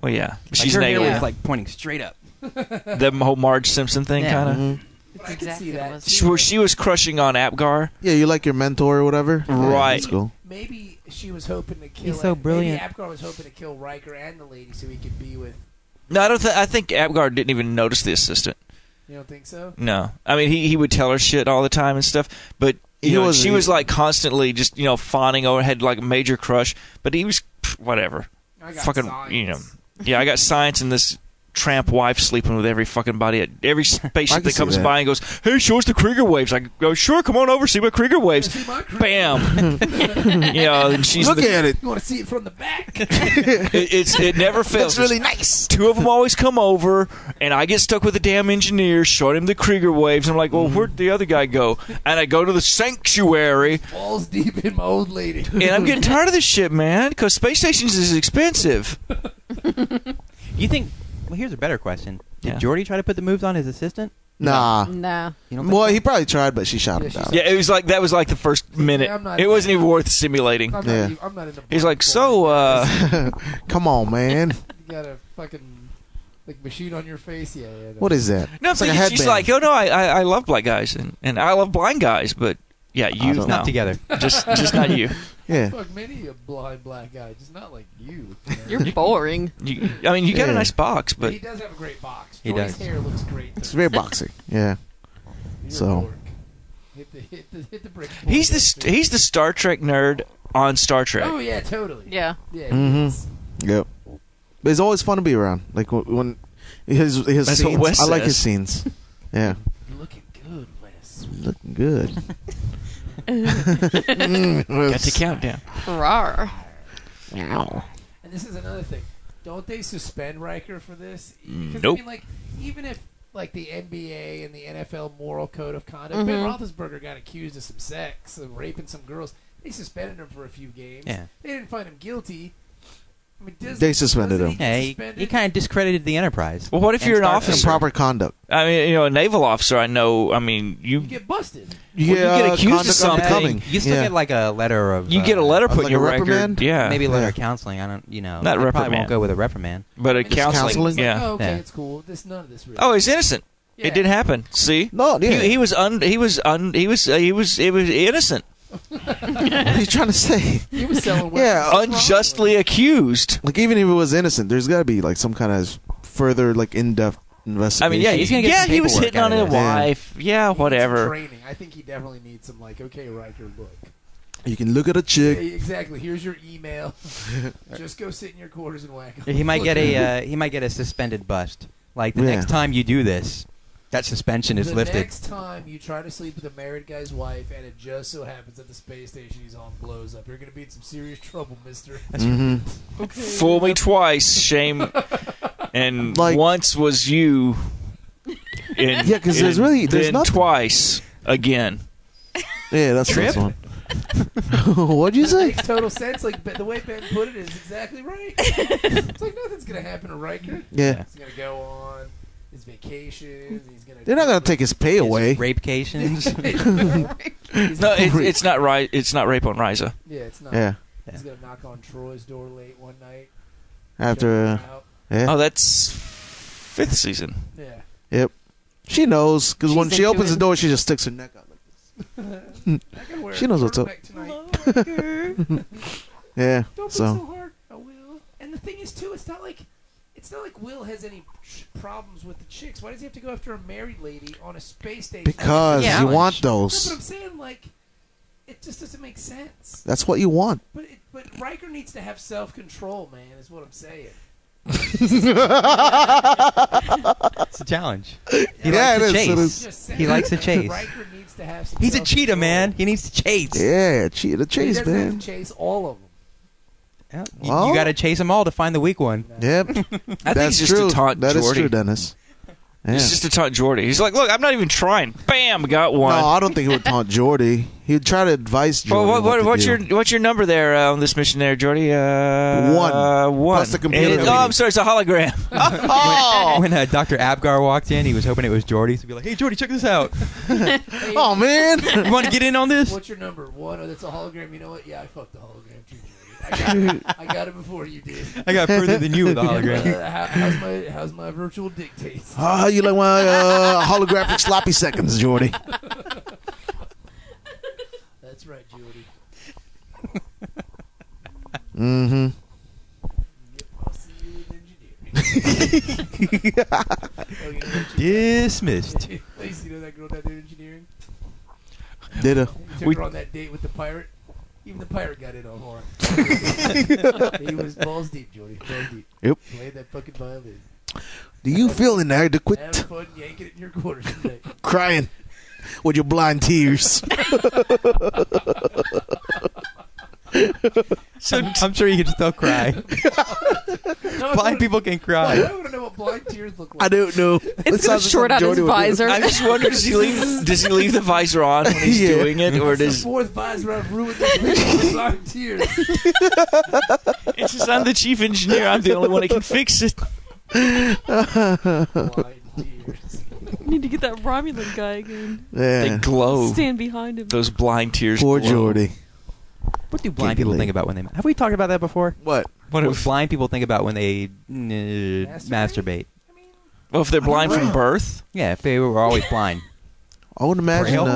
S6: Well, yeah,
S4: Like,
S6: she's
S4: her hair
S6: negative.
S4: was like pointing straight up.
S6: the whole Marge Simpson thing,
S4: Yeah. Mm-hmm.
S6: kind of.
S2: Mhm.
S3: I can see
S5: Exactly what it
S3: that.
S5: was.
S6: She, where she was crushing on Apgar.
S2: Yeah. You like your mentor or whatever? Yeah,
S6: Right.
S2: That's cool.
S3: Maybe she was hoping to kill.
S4: so brilliant.
S3: Maybe Apgar was hoping to kill Riker and the lady so he could be with.
S6: No, I don't. Th- I think Apgar didn't even notice the assistant.
S3: You don't think so?
S6: No, I mean he he would tell her shit all the time and stuff, but you
S2: He
S6: know,
S2: wasn't e-
S6: she was
S2: even-
S6: like constantly just you know fawning over, had like a major crush, but he was pff, whatever.
S3: I got
S6: Fucking
S3: science.
S6: you know, yeah. I got science and this tramp wife sleeping with every fucking body at every
S2: I
S6: spaceship
S2: can
S6: that
S2: see
S6: comes
S2: that.
S6: by and goes, "Hey, show us the Krieger waves." I go, "Sure, come on over, see my Krieger waves."
S3: See my crew?
S6: Bam, you know, and she's
S2: Look
S6: the-
S2: at it.
S3: You want to see it from the back?
S6: it, it's it never fails.
S2: That's really nice.
S6: two of them always come over, and I get stuck with the damn engineer, showing him the Krieger waves. I'm like, well, where'd the other guy go? And I go to the sanctuary,
S3: Balls deep in my old lady.
S6: and I'm getting tired of this shit, man, because space stations is expensive.
S4: You think? Well, here's a better question. Did
S6: Yeah.
S4: Jordy try to put the moves on his assistant?
S2: Nah.
S5: No.
S4: You don't think
S2: Well,
S4: so?
S2: he probably tried, but she shot
S3: Yeah,
S2: him
S3: she
S2: down.
S6: Yeah, it was like that was like the first minute.
S3: I'm not-
S6: It wasn't even worth simulating.
S3: I'm,
S2: Yeah.
S3: not, even- I'm not in the.
S6: He's like, so, uh,
S2: Come on, man.
S3: You got a fucking like machine on your face. Yeah, yeah.
S2: What is that?
S6: no, I'm
S2: It's like a
S6: thinking- she's
S2: headband.
S6: like, oh no, I, I I love black guys, and and I love blind guys, but yeah, you
S2: don't-
S6: no,
S4: not together.
S6: just just not you.
S2: yeah.
S3: Fuck many a blind black guy, just not like you.
S5: You're boring.
S6: you. I mean, you got a
S2: Yeah.
S6: nice box,
S3: But
S6: but
S3: he does have a great box.
S4: He
S3: Jordy's
S4: does.
S3: hair looks great.
S2: It's very boxy. Yeah.
S3: You're a
S2: so-
S3: dork. hit the hit the hit the brick. wall
S6: he's the
S3: there,
S6: st-
S3: too.
S6: he's the Star Trek nerd on Star Trek.
S3: Oh yeah, totally.
S5: Yeah.
S3: Yeah.
S2: Mhm. Yep. But it's always fun to be around. Like wh- when his his
S6: That's what
S2: scenes.
S6: Wes
S2: I like his
S6: says.
S2: scenes. Yeah.
S3: You're looking good, Wes.
S2: Looking good. Mm,
S6: Got the
S2: Wes.
S6: countdown.
S5: Rawr.
S3: And this is another thing. Don't they suspend Riker for this? 'Cause,
S6: Nope.
S3: I mean, like, even if like the NBA and the NFL moral code of conduct,
S5: Mhm.
S3: Ben
S2: Mm-hmm.
S3: Roethlisberger got accused of some sex and raping some girls. They suspended him for a few games.
S4: Yeah.
S3: They didn't find him guilty. I mean, does,
S2: They suspended
S3: doesn't
S2: him.
S3: get
S4: Yeah, he,
S3: suspended?
S4: he kind of discredited the Enterprise.
S6: Well, what if
S4: And
S6: you're an
S4: Star
S6: officer?
S2: Improper conduct.
S6: I mean, you know, a naval officer. I know. I mean, you
S3: You get busted.
S6: you get accused of
S2: conduct
S6: something.
S2: unbecoming.
S4: You still
S2: Yeah.
S4: get like a letter of.
S6: you
S4: uh,
S6: get a letter
S2: uh,
S6: put
S2: like
S6: in your
S2: a
S6: record.
S2: reprimand?
S6: Yeah,
S4: Maybe a letter
S2: Yeah.
S4: of counseling. I don't. You know.
S6: Not
S4: I probably
S6: reprimand.
S4: won't go with a reprimand.
S6: but a
S3: Just
S6: counseling.
S2: counseling?
S6: Yeah.
S3: Oh, okay,
S4: Yeah.
S3: it's cool. This none of this really.
S6: Oh, he's innocent.
S3: Yeah.
S6: It did happen. See.
S2: No, yeah.
S6: He, he was un. He was un. He was. Uh, he was. It was innocent.
S2: what are you trying to say?
S3: he was selling weapons.
S2: Yeah,
S6: Unjustly accused.
S2: Like even if it was innocent, there's got to be like some kind of further like in-depth
S6: I
S2: investigation.
S6: mean, yeah,
S4: He's gonna get
S6: yeah,
S4: some
S6: he was
S4: paperwork
S6: hitting on
S4: out of
S6: his
S2: this. Yeah.
S6: wife. Yeah,
S3: He needs some
S6: whatever.
S3: Training. I think he definitely needs some like, okay, Riker, look.
S2: you can look at a chick.
S3: Hey, exactly. Here's your email. Just go sit in your quarters and whack. 'em.
S4: He might get a. Uh, he might get a suspended bust. Like the
S2: Yeah.
S4: next time you do this, that suspension is
S3: the
S4: lifted.
S3: next time you try to sleep with a married guy's wife and it just so happens that the space station he's on blows up, you're going to be in some serious trouble, mister.
S2: Mhm.
S6: Fool me twice, shame, and
S2: Like-
S6: once was you. And,
S2: Yeah, 'cause there's
S6: and
S2: really- there's
S6: then
S2: nothing.
S6: twice again.
S2: Yeah, that's the next one. What'd you say?
S3: makes total sense. Like but the way Ben put it is exactly right. it's like nothing's gonna happen to Riker.
S2: Yeah.
S3: He's gonna go on his vacations. He's gonna.
S2: They're not gonna take his pay away.
S4: Rapecations.
S6: No, it, it's not right. It's not rape on Riza.
S3: Yeah, it's not.
S2: Yeah.
S3: He's gonna knock on Troy's door late one night.
S2: After
S3: check her out.
S2: uh, yeah.
S6: Oh, that's fifth season.
S3: Yeah.
S2: Yep. She knows because when
S5: She's
S2: she
S5: into
S2: opens
S5: it.
S2: the door, she just sticks her neck out. like this.
S3: I can wear
S2: She
S3: a
S2: knows what's up.
S3: turtleneck Tonight.
S2: Yeah.
S3: Don't be so
S2: So
S3: hard. I will. And the thing is, too, it's not like it's not like Will has any ch- problems with the chicks. Why does he have to go after a married lady on a space station?
S2: because
S5: Yeah.
S2: you want
S3: That's what I'm
S2: those,
S3: saying. Like, it just doesn't make sense.
S2: that's what you want.
S3: But it, but Riker needs to have self control, man. Is what I'm saying.
S4: it's a challenge. He
S2: Yeah, it
S4: likes to
S2: is, it
S4: chase.
S2: is.
S3: Just saying
S4: He likes to chase.
S3: Riker needs to have. Some
S4: He's a
S3: self-control.
S4: cheetah, man. He needs to chase.
S2: Yeah, che- the
S3: He
S2: chase,
S3: doesn't have to
S2: man.
S3: chase all of them.
S4: Yeah. You,
S2: Well-
S4: you got to chase them all to find the weak one.
S2: Yep,
S6: I think
S2: that's
S6: it's just
S2: true.
S6: to taunt
S2: That is
S6: Jordy.
S2: true, Dennis. Yeah.
S6: It's just to taunt Jordy. He's like, look, I'm not even trying. Bam, got one.
S2: No, I don't think he would taunt Jordy. He would try to advise Jordy.
S6: Well, what,
S2: what
S6: what,
S2: to
S6: what's
S2: do.
S6: your what's your number there uh, on this mission there, Jordy? Uh,
S2: One.
S6: Uh, one.
S2: Plus the computer
S6: It-
S2: lady.
S6: oh, I'm sorry, it's a hologram.
S2: Oh,
S4: When uh, Dr. Abgar walked in, he was hoping it was Jordy. So he'd be like, hey, Jordy, check this out.
S2: oh man.
S4: You want to get in on this?
S3: What's your number? One? Oh, that's a hologram. You know what? Yeah, I fucked the hologram too. Jerry. I got, it. I got it before you did.
S4: I got further than you with the hologram.
S3: Uh, how, how's my how's my virtual dictates?
S2: Oh, you like my uh, holographic sloppy seconds, Jordy?
S3: That's right, Jody.
S2: Mm-hmm.
S3: I'll see you in engineering. oh, you know that chick-
S4: Dismissed.
S3: Please, you know that girl that did engineering?
S2: Did a
S3: You took
S6: We-
S3: her on that date with the pirate. Even the pirate got in on horn. he was balls deep, Jody. Balls deep.
S2: Yep.
S3: Played that fucking violin.
S2: do you feel
S3: Have
S2: inadequate?
S3: fun yanking it in your quarters today.
S2: Crying with your blind tears.
S4: So I'm sure you can still cry.
S3: No,
S4: Blind people can cry.
S3: I want to know what blind tears look like.
S2: I don't know. It
S5: It's got
S2: sounds like
S5: short on
S2: something
S5: his
S2: Jordy would do.
S5: visor.
S6: I just wonder does he leave does he leave the visor on when he's
S2: Yeah.
S6: doing it, or does
S3: Fourth visor, I've ruined this mission with blind tears.
S6: it's just I'm the chief engineer, I'm the only one that can fix it.
S3: blind tears.
S5: need to get that Romulan guy again.
S6: They
S2: Yeah.
S6: glow.
S5: Stand behind him.
S6: Those blind tears.
S2: Poor
S6: glow.
S2: Jordy.
S4: What do blind people think about when they... Have we talked about that before?
S2: What?
S6: What
S4: What
S6: if,
S4: blind people think about when they uh, masturbate?
S6: well, if they're blind from birth?
S4: Yeah, if they were always blind.
S2: I would imagine
S4: Braille?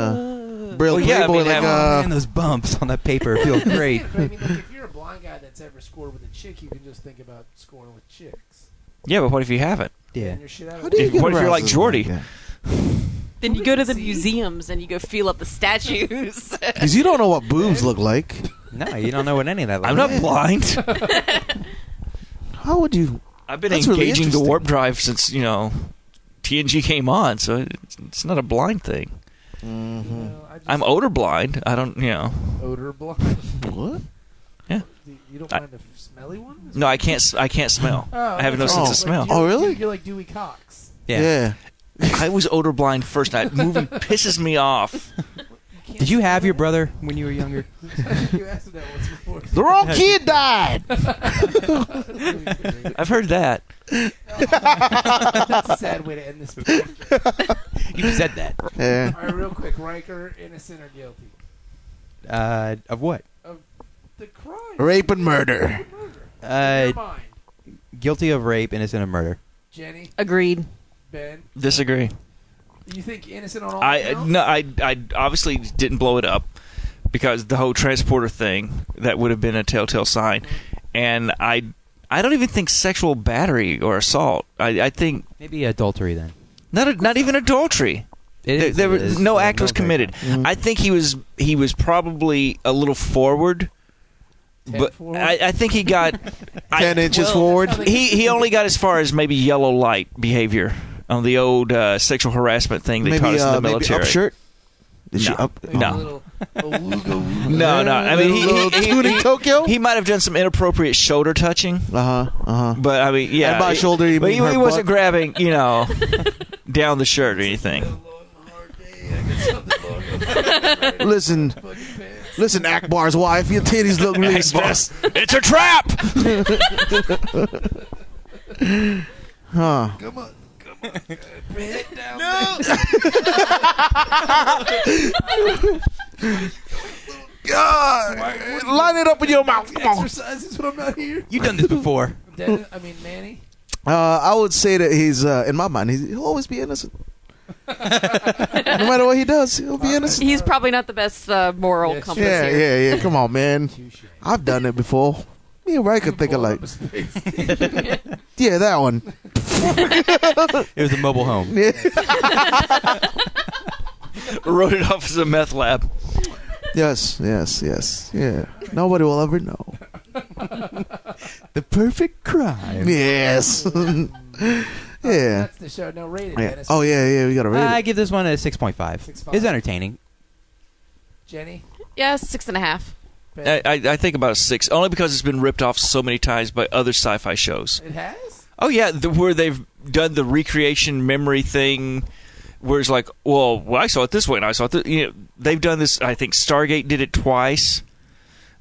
S2: uh, Braille
S6: Well, yeah, I
S2: Playboy
S6: mean,
S2: like
S6: have-
S4: Oh,
S2: uh,
S4: man, those bumps on that paper feel great.
S3: Yeah, but I mean, like, if you're a blind guy that's ever scored with a chick, you can just think about scoring with chicks.
S6: Yeah, but what if you haven't?
S4: Yeah.
S3: And you're shit out
S2: how
S3: of
S2: do you
S6: Dude,
S2: get
S6: what if you're
S2: around
S6: like
S2: something
S6: Jordy?
S2: that?
S5: Then you go to the
S3: See?
S5: museums and you go feel up the statues.
S2: Because you don't know what boobs look like.
S4: No, you don't know what any of that.
S6: I'm
S4: looks
S6: not blind.
S2: How would you?
S6: I've been
S2: That's really
S6: engaging
S2: interesting.
S6: the warp drive since you know TNG came on, so it's, it's not a blind thing.
S2: Mm-hmm.
S3: You know, I just,
S6: I'm odor blind. I don't, you know.
S3: odor blind.
S2: What?
S3: You you don't
S6: I-
S3: mind a smelly one?
S6: No, I can't. s- I can't smell. I have no
S2: okay.
S6: sense
S2: Oh.
S6: of smell.
S2: Oh, really?
S3: You're, you're like Dewey Cox.
S4: Yeah.
S6: I was odor blind first night. Moving pisses me off.
S4: Did you have your brother when you were younger?
S3: you asked him that once before.
S2: The wrong kid died.
S6: I've heard that.
S3: That's a sad way to end this. All
S4: You said that.
S2: Yeah.
S3: right, real quick, Riker, innocent or guilty?
S4: Uh, of what?
S3: The crime.
S2: Rape and murder.
S3: Murder.
S4: Uh,
S3: Never mind.
S4: guilty of rape, innocent of murder.
S3: Jenny,
S5: Agreed.
S3: Ben,
S6: Disagree.
S3: you think innocent
S2: Oh,
S3: on all
S6: I
S3: counts?
S6: no. I I obviously didn't blow it up because the whole transporter thing that would have been a telltale sign,
S2: Mm-hmm.
S6: and I I don't even think sexual battery or assault. I I think
S4: Maybe adultery then.
S6: not a, not even adultery.
S4: It
S6: There,
S4: is-
S6: there
S4: it
S6: was
S4: is-
S6: no
S4: there's
S6: act was
S4: break.
S6: committed.
S2: Mm-hmm.
S6: I think he was he was probably a little forward,
S3: Ten
S6: but
S3: forward?
S6: I, I think he got
S2: Ten
S6: I,
S2: inches
S3: well,
S2: forward.
S3: that's how they-
S6: He he only got as far as maybe yellow light behavior on the old uh, sexual harassment thing they
S2: Maybe
S6: taught us in
S2: uh,
S6: the
S2: maybe
S6: military.
S2: up shirt. Did she
S6: No.
S2: up? Oh.
S3: Like a
S6: no.
S3: little awooga woo.
S6: No, no. I mean, he,
S2: Little
S6: he,
S2: dude in
S6: he-
S2: Tokyo.
S6: he might have done some inappropriate shoulder touching,
S2: Uh huh. Uh huh.
S6: but I mean, yeah.
S2: And by
S6: he-
S2: shoulder, you
S6: but he,
S2: mean her
S6: he wasn't
S2: butt?
S6: grabbing, you know, down the shirt or anything.
S3: Long, hard day. I got something long.
S2: Listen,
S3: Fucking pants.
S2: Listen, Akbar's wife, your titties look really stressed.
S6: it's a trap.
S2: Huh.
S3: Come on. Come on. Uh, head down. No.
S2: God, line it up with your mouth. Come on.
S3: Exercise is what I'm out here.
S4: You've done this before.
S3: Dennis, I mean, Manny.
S2: Uh, I would say that he's uh, in my mind. He's, he'll always be innocent. no matter what he does, he'll be innocent.
S5: He's probably not the best uh, moral
S3: Yes.
S5: compass
S2: Yeah,
S5: here.
S2: yeah, yeah. Come on, man.
S3: Touche.
S2: I've done it before. Me and Ray could think of like,
S3: Columbus Space.
S2: yeah, that one.
S4: It was a mobile home.
S2: Yeah,
S6: Wrote it off as a meth lab.
S2: yes, yes, yes. Yeah. Nobody will ever know.
S4: The perfect crime.
S2: Yes. yeah.
S3: That's the show. No rated.
S2: yeah.
S3: Dennis.
S2: Oh yeah, yeah. We gotta rate
S4: I
S2: it.
S4: give this one a 6.5.
S3: 6.5.
S4: It's entertaining.
S3: Jenny.
S5: Yeah, six and a half.
S3: Ben.
S6: I, I, I think about six, only because it's been ripped off so many times by other sci-fi shows.
S3: it has.
S6: Oh yeah, the, where they've done the recreation memory thing, where it's like, well, well, I saw it this way, and I saw it. This, you know, they've done this. I think Stargate did it twice.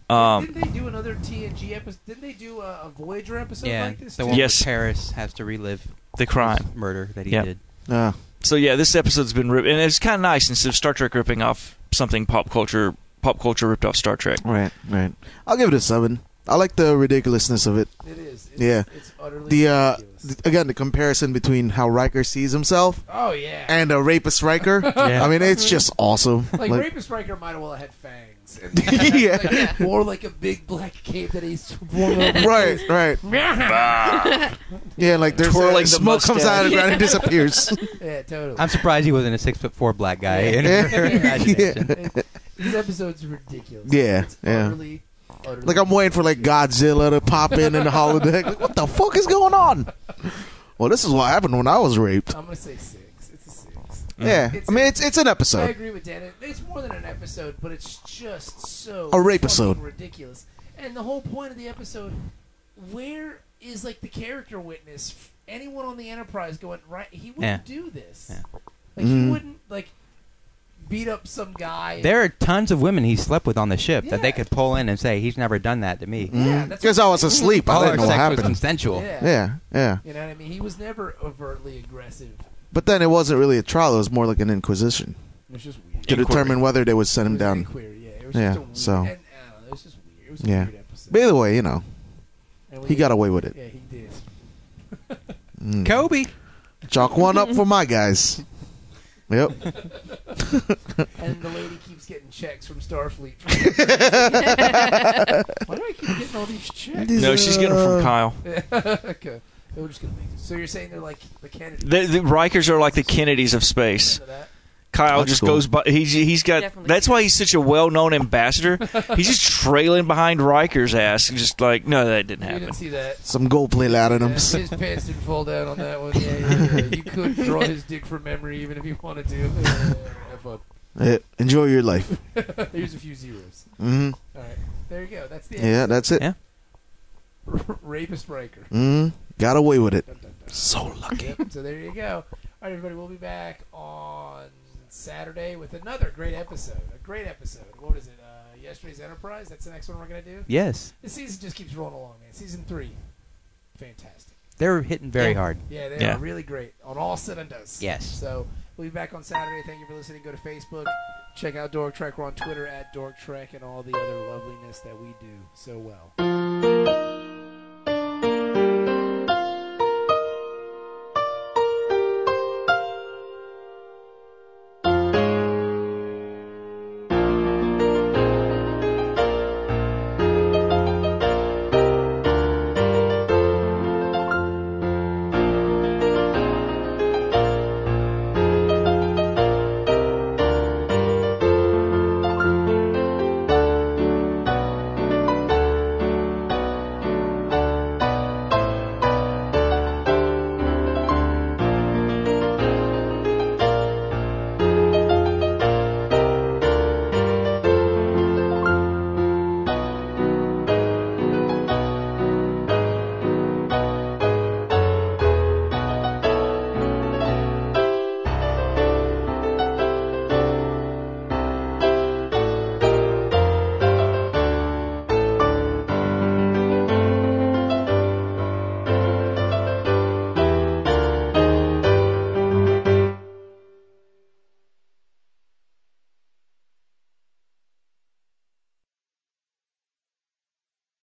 S6: Um,
S3: didn't they do another TNG episode? Didn't they do a, a Voyager episode
S4: yeah,
S3: like this?
S4: the
S3: too?
S4: one
S6: Yes.
S4: where Paris has to relive
S6: the
S4: his
S6: crime.
S4: murder that he
S6: Yeah.
S4: did.
S2: Uh,
S6: So yeah, this episode's been ripped, and it's kind of nice instead of Star Trek ripping off something pop culture. Pop culture ripped off Star Trek.
S2: right, right. I'll give it a seven. I like the ridiculousness of it.
S3: It is. It's,
S2: Yeah.
S3: It's utterly
S2: The uh,
S3: ridiculous.
S2: th- again, the comparison between how Riker sees himself
S3: oh yeah.
S2: and a rapist Riker. I mean, it's just awesome.
S3: like,
S2: Like-
S3: Rapist Riker might have well had fangs.
S2: yeah.
S3: Like, Wore like a big black cape that he's worn over.
S2: Right, right. yeah, like there's
S6: Twirling
S2: like
S6: the
S2: smoke comes out of the ground and disappears.
S3: Yeah, totally.
S4: I'm surprised he wasn't a six foot four black guy in
S2: Yeah.
S4: her imagination.
S3: This episode's ridiculous.
S2: Yeah,
S3: It's
S2: yeah.
S3: Utterly, utterly
S2: Like I'm waiting for like Godzilla to pop in in the holodeck. Like, what the fuck is going on? Well, this is what happened when I was raped.
S3: I'm gonna say six. It's a six.
S2: Yeah, I mean it's it's an
S3: I
S2: episode.
S3: agree with Dan. It- It's more than an episode, but it's just so
S2: A rape
S3: fucking
S2: episode.
S3: ridiculous. And the whole point of the episode, where is like the character witness? F- Anyone on the Enterprise going right? He wouldn't do this.
S4: Yeah.
S3: Like
S2: Mm.
S3: he wouldn't like beat up some guy. and-
S4: There are tons of women he slept with on the ship that they
S3: Yeah.
S4: could pull in and say, he's never done that to me.
S3: yeah, that's
S2: Because I was asleep,
S4: All
S2: Mm. I
S4: our
S2: didn't know what
S4: sex was
S2: happened.
S4: consensual.
S3: yeah.
S2: Yeah, yeah.
S3: You know what I mean? He was never overtly aggressive.
S2: But then it wasn't really a trial; it was more like an inquisition
S3: It was just weird.
S2: to
S6: Inquiry.
S2: determine whether they would send
S3: It
S2: him
S3: was
S2: down.
S3: inquiry, yeah, it was
S2: Yeah,
S3: just a weird,
S2: so-
S3: and, I don't know, it was just weird. It was a
S2: Yeah.
S3: weird episode.
S2: But either way, you know,
S3: And we-
S2: he got away with it.
S3: Yeah, he did.
S2: Mm.
S4: Kobe.
S2: Chalk one up for my guys. Yep.
S3: And the lady keeps getting checks from Starfleet. Why do I keep getting all these checks?
S6: No, she's getting them
S2: uh,
S6: from Kyle.
S3: okay, we're just gonna make it. So you're saying they're like the Kennedy?
S6: The, the Rikers are like the Kennedys of space.
S3: that.
S6: Kyle
S2: That's
S6: just
S2: cool.
S6: goes by. He's he's got.
S5: Definitely.
S6: That's why he's such a well-known ambassador. he's just trailing behind Riker's ass, and just like, no, that didn't
S3: You
S6: happen.
S3: didn't see that.
S2: Some gold plate out of
S3: Yeah,
S2: them.
S3: his pants didn't fall down on that one. Yeah, yeah, yeah. You could draw his dick from memory even if you wanted to. Yeah, yeah, yeah. Have fun.
S2: Yeah, Enjoy your life.
S3: Here's a few zeros.
S2: hmm
S3: All right, there you go. That's the
S2: Yeah, that's it.
S4: Yeah.
S3: rapist Riker.
S2: Mm, got away with it.
S3: Dun, dun, dun.
S2: So lucky.
S3: Yep, so there you go. All right, everybody, we'll be back on Saturday with another great episode. A great episode. What is it? Uh, Yesterday's Enterprise. That's the next one we're gonna do.
S4: Yes.
S3: This season just keeps rolling along, man. Season three, fantastic.
S4: They're hitting very
S3: Yeah.
S4: hard.
S3: Yeah, they
S6: Yeah.
S3: are really great on all cylinders.
S4: Yes.
S3: So we'll be back on Saturday. Thank you for listening. Go to Facebook, check out Dork Trek. We're on Twitter at Dork Trek and all the other loveliness that we do so well.